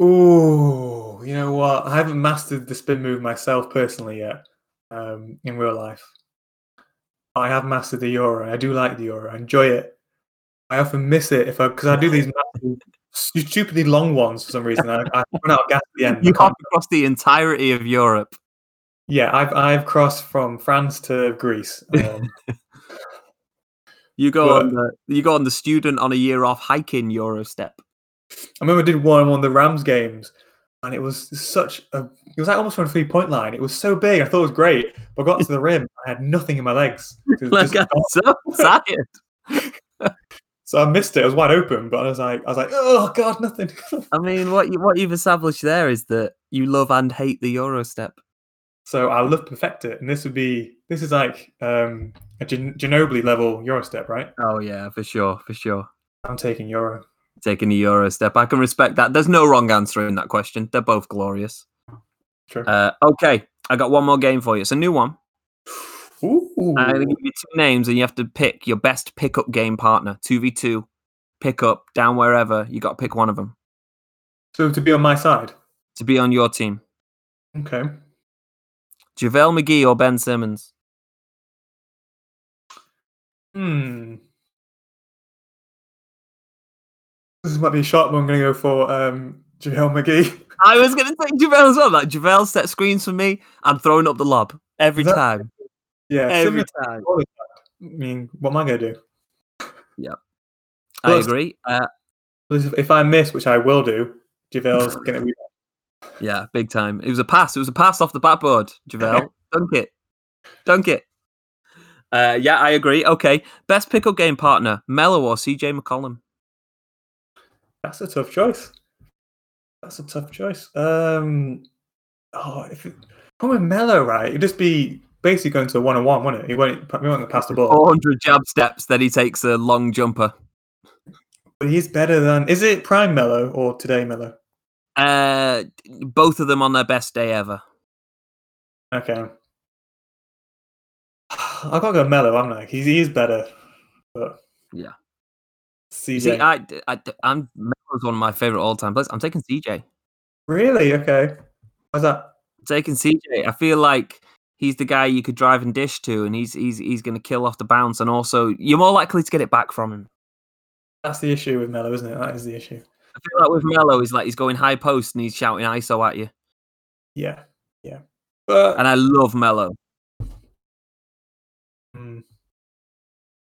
Speaker 4: Ooh, you know what? I haven't mastered the spin move myself personally yet um, in real life. I have mastered the euro. I do like the euro. I enjoy it. I often miss it if I because I do these massive, stu- stupidly long ones for some reason. I, I run out of gas at the end. I
Speaker 3: You
Speaker 4: can't-
Speaker 3: hop across the entirety of Europe.
Speaker 4: yeah, I've I've crossed from France to Greece. Um,
Speaker 3: You go
Speaker 4: Well-
Speaker 3: on the you go on the student on a year off hiking Euro step.
Speaker 4: I remember I did one on one of the Rams games, and it was such a it was like almost on a three point line. It was so big, I thought it was great, but I got to the rim, I had nothing in my legs. It was
Speaker 3: Like uh,
Speaker 4: just-
Speaker 3: I'm so excited.
Speaker 4: so I missed it. It was wide open, but I was like, I was like, oh god, nothing.
Speaker 3: I mean, what you, what you've established there is that you love and hate the Euro step.
Speaker 4: so I love perfect it, and this would be this is like um, a Gen- Ginobili level Euro step, right?
Speaker 3: Oh yeah, for sure, for sure.
Speaker 4: I'm taking Euro.
Speaker 3: Taking the Euro step, I can respect that. There's no wrong answer in that question. They're both glorious.
Speaker 4: True.
Speaker 3: Uh, okay, I got one more game for you. It's a new one.
Speaker 4: Ooh,
Speaker 3: I'm going to give you two names, and you have to pick your best pickup game partner. Two v two, pick up down wherever. You got to pick one of them
Speaker 4: so to be on my side,
Speaker 3: to be on your team.
Speaker 4: okay.
Speaker 3: JaVale McGee or Ben Simmons.
Speaker 4: Hmm. This might be a shot, but I'm going to go for um, JaVale McGee.
Speaker 3: I was going to take JaVale as well. Like JaVale set screens for me. I'm throwing up the lob every
Speaker 4: That-
Speaker 3: time.
Speaker 4: Yeah,
Speaker 3: Every
Speaker 4: similar
Speaker 3: time.
Speaker 4: to Oliver's side. I mean, what am I going to do?
Speaker 3: I
Speaker 4: Plus-
Speaker 3: agree. Uh,
Speaker 4: Because If if I miss, which I will do, JaVale's going to be.
Speaker 3: Yeah, big time. It was a pass. It was a pass off the backboard, Javel. Dunk it. Dunk it. Uh, yeah, I agree. Okay. Best pickup game partner, Mello or CJ McCollum?
Speaker 4: That's a tough choice. That's a tough choice. Um, oh, if it, probably Mello, right? It'd just be basically going to a one on one, wouldn't it? He won't, he won't pass the ball.
Speaker 3: 400 jab steps, then he takes a long jumper.
Speaker 4: But he's better than. Is it Prime Mello or today Mello?
Speaker 3: Uh, both of them on their best day ever.
Speaker 4: Okay. I've got to go Mello, haven't I? He's, he is better. But
Speaker 3: Yeah.
Speaker 4: CJ.
Speaker 3: You See, I, I, I'm Melo's one of my favorite all time players. I'm taking CJ. I'm
Speaker 4: Really? Okay. How's that?
Speaker 3: taking CJ. I feel like he's the guy you could drive and dish to, and he's he's he's going to kill off the bounce, and also you're more likely to get it back from him.
Speaker 4: That's the issue with Mello, isn't it? That is the issue.
Speaker 3: I feel like with Melo, he's like he's going high post and he's shouting ISO at you.
Speaker 4: Yeah. Yeah. But hmm.
Speaker 3: And I love Melo.
Speaker 4: mm,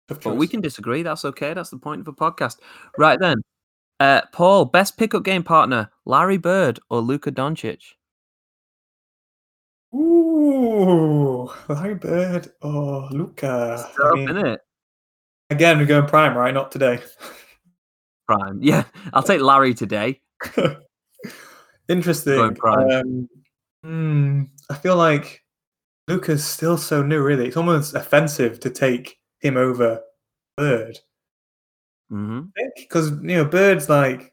Speaker 4: Tough
Speaker 3: But
Speaker 4: choice.
Speaker 3: we can disagree. That's okay. That's the point of a podcast. Right then. Uh, Paul, best pickup game partner, Larry Bird or Luka Doncic?
Speaker 4: Ooh, Larry Bird or Luca. Uh, I
Speaker 3: Tough,
Speaker 4: mean,
Speaker 3: innit?
Speaker 4: again, we're going prime, right? Not today.
Speaker 3: Prime. Yeah, I'll take Larry today.
Speaker 4: Interesting.
Speaker 3: prime.
Speaker 4: Um, hmm, I feel like Luca's still so new. Really, it's almost offensive to take him over Bird
Speaker 3: hmm
Speaker 4: because you know Bird's like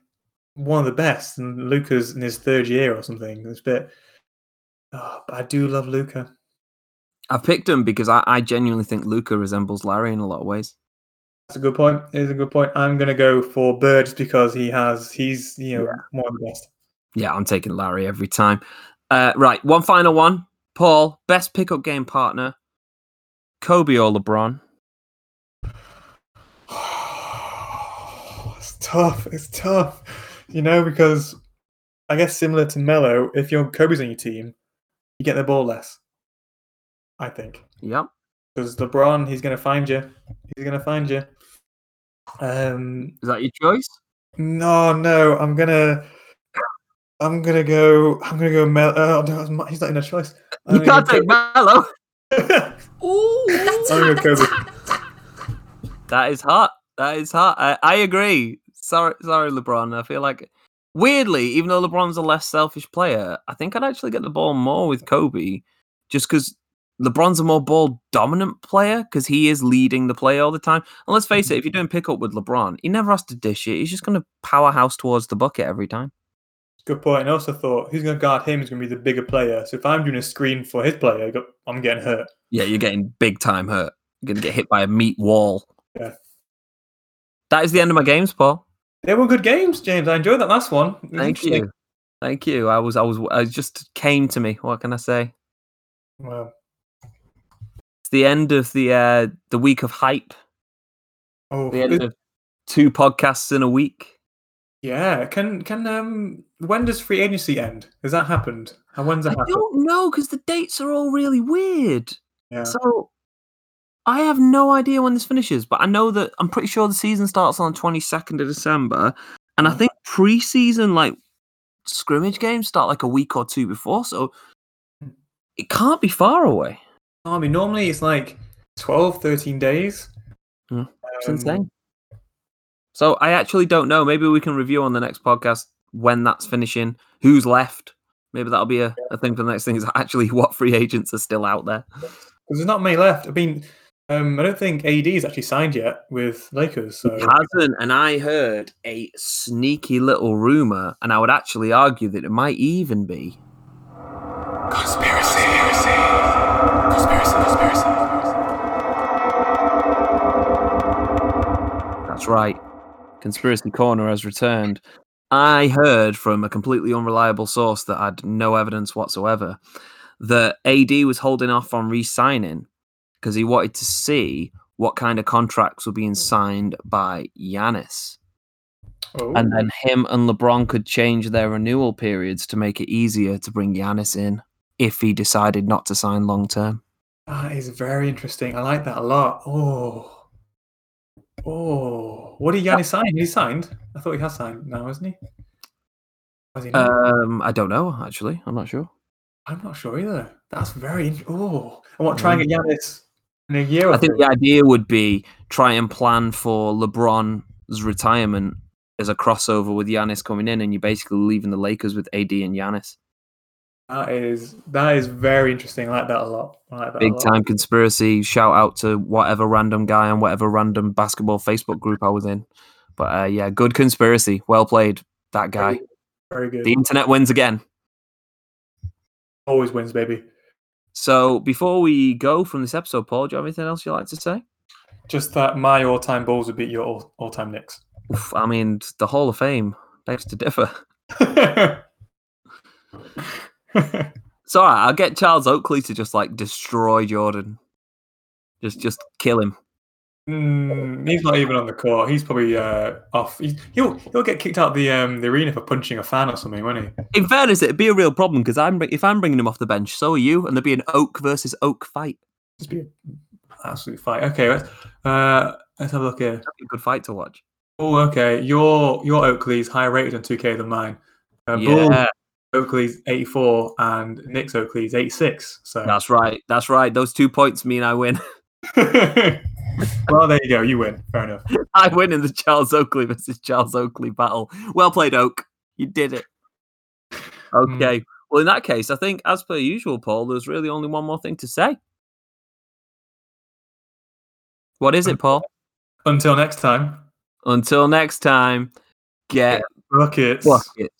Speaker 4: one of the best, and Luca's in his third year or something. It's a bit. Oh, but I do love Luca.
Speaker 3: I've picked him because I, I genuinely think Luca resembles Larry in a lot of ways.
Speaker 4: That's a good point. It is a good point. I'm gonna go for Bird just because he has he's you know one of the best.
Speaker 3: Yeah, I'm taking Larry every time. Uh, right, one final one. Paul, best pickup game partner, Kobe or LeBron?
Speaker 4: It's tough. It's tough. You know, because I guess similar to Melo, if your Kobe's on your team, you get the ball less. I think.
Speaker 3: Yep.
Speaker 4: Because LeBron, he's gonna find you. He's gonna find you. Um
Speaker 3: Is that your choice?
Speaker 4: No, no, I'm gonna, I'm gonna go, I'm gonna go. Mel- oh, no, it's my- he's not in a choice. Um, I'm
Speaker 3: You
Speaker 4: gonna
Speaker 3: can't take
Speaker 4: go
Speaker 3: Melo.
Speaker 4: Kobe.
Speaker 5: Ooh, that's
Speaker 4: I'm gonna
Speaker 5: hot.
Speaker 4: go
Speaker 5: That's hot.
Speaker 3: That is
Speaker 4: with-
Speaker 3: hot. That is hot. I, I agree. Sorry, sorry, LeBron. I feel like weirdly, even though LeBron's a less selfish player, I think I'd actually get the ball more with Kobe, just because LeBron's a more ball dominant player because he is leading the play all the time. And let's face it, if you're doing pickup with LeBron, he never has to dish it. He's just going to powerhouse towards the bucket every time.
Speaker 4: Good point. And I also thought, who's gonna guard him? Is gonna be the bigger player. So if I'm doing a screen for his player, I got- I'm getting hurt.
Speaker 3: Yeah, you're getting big time hurt. You're going to get hit by a meat wall.
Speaker 4: Yeah.
Speaker 3: That is the end of my games, Paul.
Speaker 4: They were good games, James. I enjoyed that last one. It was
Speaker 3: Thank
Speaker 4: interesting.
Speaker 3: you. Thank you. I was, I was, I just came to me. What can I say?
Speaker 4: Wow.
Speaker 3: It's the end of the uh, the week of hype.
Speaker 4: Oh,
Speaker 3: The end
Speaker 4: it-
Speaker 3: of two podcasts in a week.
Speaker 4: yeah. Can can um when does free agency end? Has that happened? And when's
Speaker 3: I
Speaker 4: that happened?
Speaker 3: don't know because the dates are all really weird.
Speaker 4: Yeah.
Speaker 3: So I have no idea when this finishes, but I know that I'm pretty sure the season starts on the 22nd of December, and I think preseason like scrimmage games start like a week or two before, so Mm. it can't be far away.
Speaker 4: I mean, normally it's like 12, 13 days.
Speaker 3: Yeah. It's
Speaker 4: Um,
Speaker 3: insane. So I actually don't know. Maybe we can review on the next podcast when that's finishing, who's left. Maybe that'll be a, a thing for the next thing is actually what free agents are still out there.
Speaker 4: because there's not many left. I mean, um, I don't think AD is actually signed yet with Lakers. So
Speaker 3: Hasn't, and I heard a sneaky little rumor, and I would actually argue that it might even be
Speaker 1: Conspiracy. Conspiracy. Conspiracy.
Speaker 3: That's right. Conspiracy Corner has returned. I heard from a completely unreliable source that had no evidence whatsoever that AD was holding off on re signing because he wanted to see what kind of contracts were being signed by Giannis.
Speaker 4: Oh,
Speaker 3: And then him and LeBron could change their renewal periods to make it easier to bring Giannis in if he decided not to sign long term.
Speaker 4: that is very interesting. I like that a lot. Oh, oh, what did Yanni sign? He signed. I thought he has signed now, isn't he? Has he not?
Speaker 3: Um, I don't know, actually. I'm not sure.
Speaker 4: I'm not sure either. That's very. in- Oh, I want to try and get Yannis in a year. Or
Speaker 3: Mm. I think
Speaker 4: two.
Speaker 3: the idea would be try and plan for LeBron's retirement as a crossover with Giannis coming in, and you're basically leaving the Lakers with AD and Giannis.
Speaker 4: that is that is very interesting. I like that a lot. I like that a
Speaker 3: Big
Speaker 4: lot.
Speaker 3: time conspiracy. Shout out to whatever random guy on whatever random basketball Facebook group I was in. But uh, yeah, good conspiracy. Well played, that guy.
Speaker 4: Very good.
Speaker 3: The internet wins again.
Speaker 4: Always wins, baby.
Speaker 3: So before we go from this episode, Paul, do you have anything else you'd like to say?
Speaker 4: Just that my all-time balls would beat your all- all-time Knicks.
Speaker 3: Oof, I mean, the Hall of Fame begs to differ. It's all right. I'll get Charles Oakley to just like destroy Jordan. Just just kill him.
Speaker 4: Mm, he's not even on the court. He's probably uh, off. He's, he'll he'll get kicked out the um, the arena for punching a fan or something, won't he?
Speaker 3: In fairness, it'd be a real problem because I'm bring- if I'm bringing him off the bench, so are you, and there'd be an Oak versus Oak fight.
Speaker 4: Just be a absolute fight. Okay, let's uh, let's have a look here.
Speaker 3: That'd be a good fight to watch.
Speaker 4: Oh, okay. Your your Oakley's higher rated on 2K than mine. Uh, Bull
Speaker 3: yeah,
Speaker 4: Oakley's 84 and Nick's Oakley's 86. So
Speaker 3: that's right. That's right. Those two points mean I win.
Speaker 4: well, there you go. You win. Fair enough.
Speaker 3: I win in the Charles Oakley versus Charles Oakley battle. Well played, Oak. You did it. Okay. Well, in that case, I think, as per usual, Paul, there's really only one more thing to say. What is it, Paul?
Speaker 4: Until next time,
Speaker 3: Until next time, get
Speaker 4: buckets.
Speaker 3: buckets.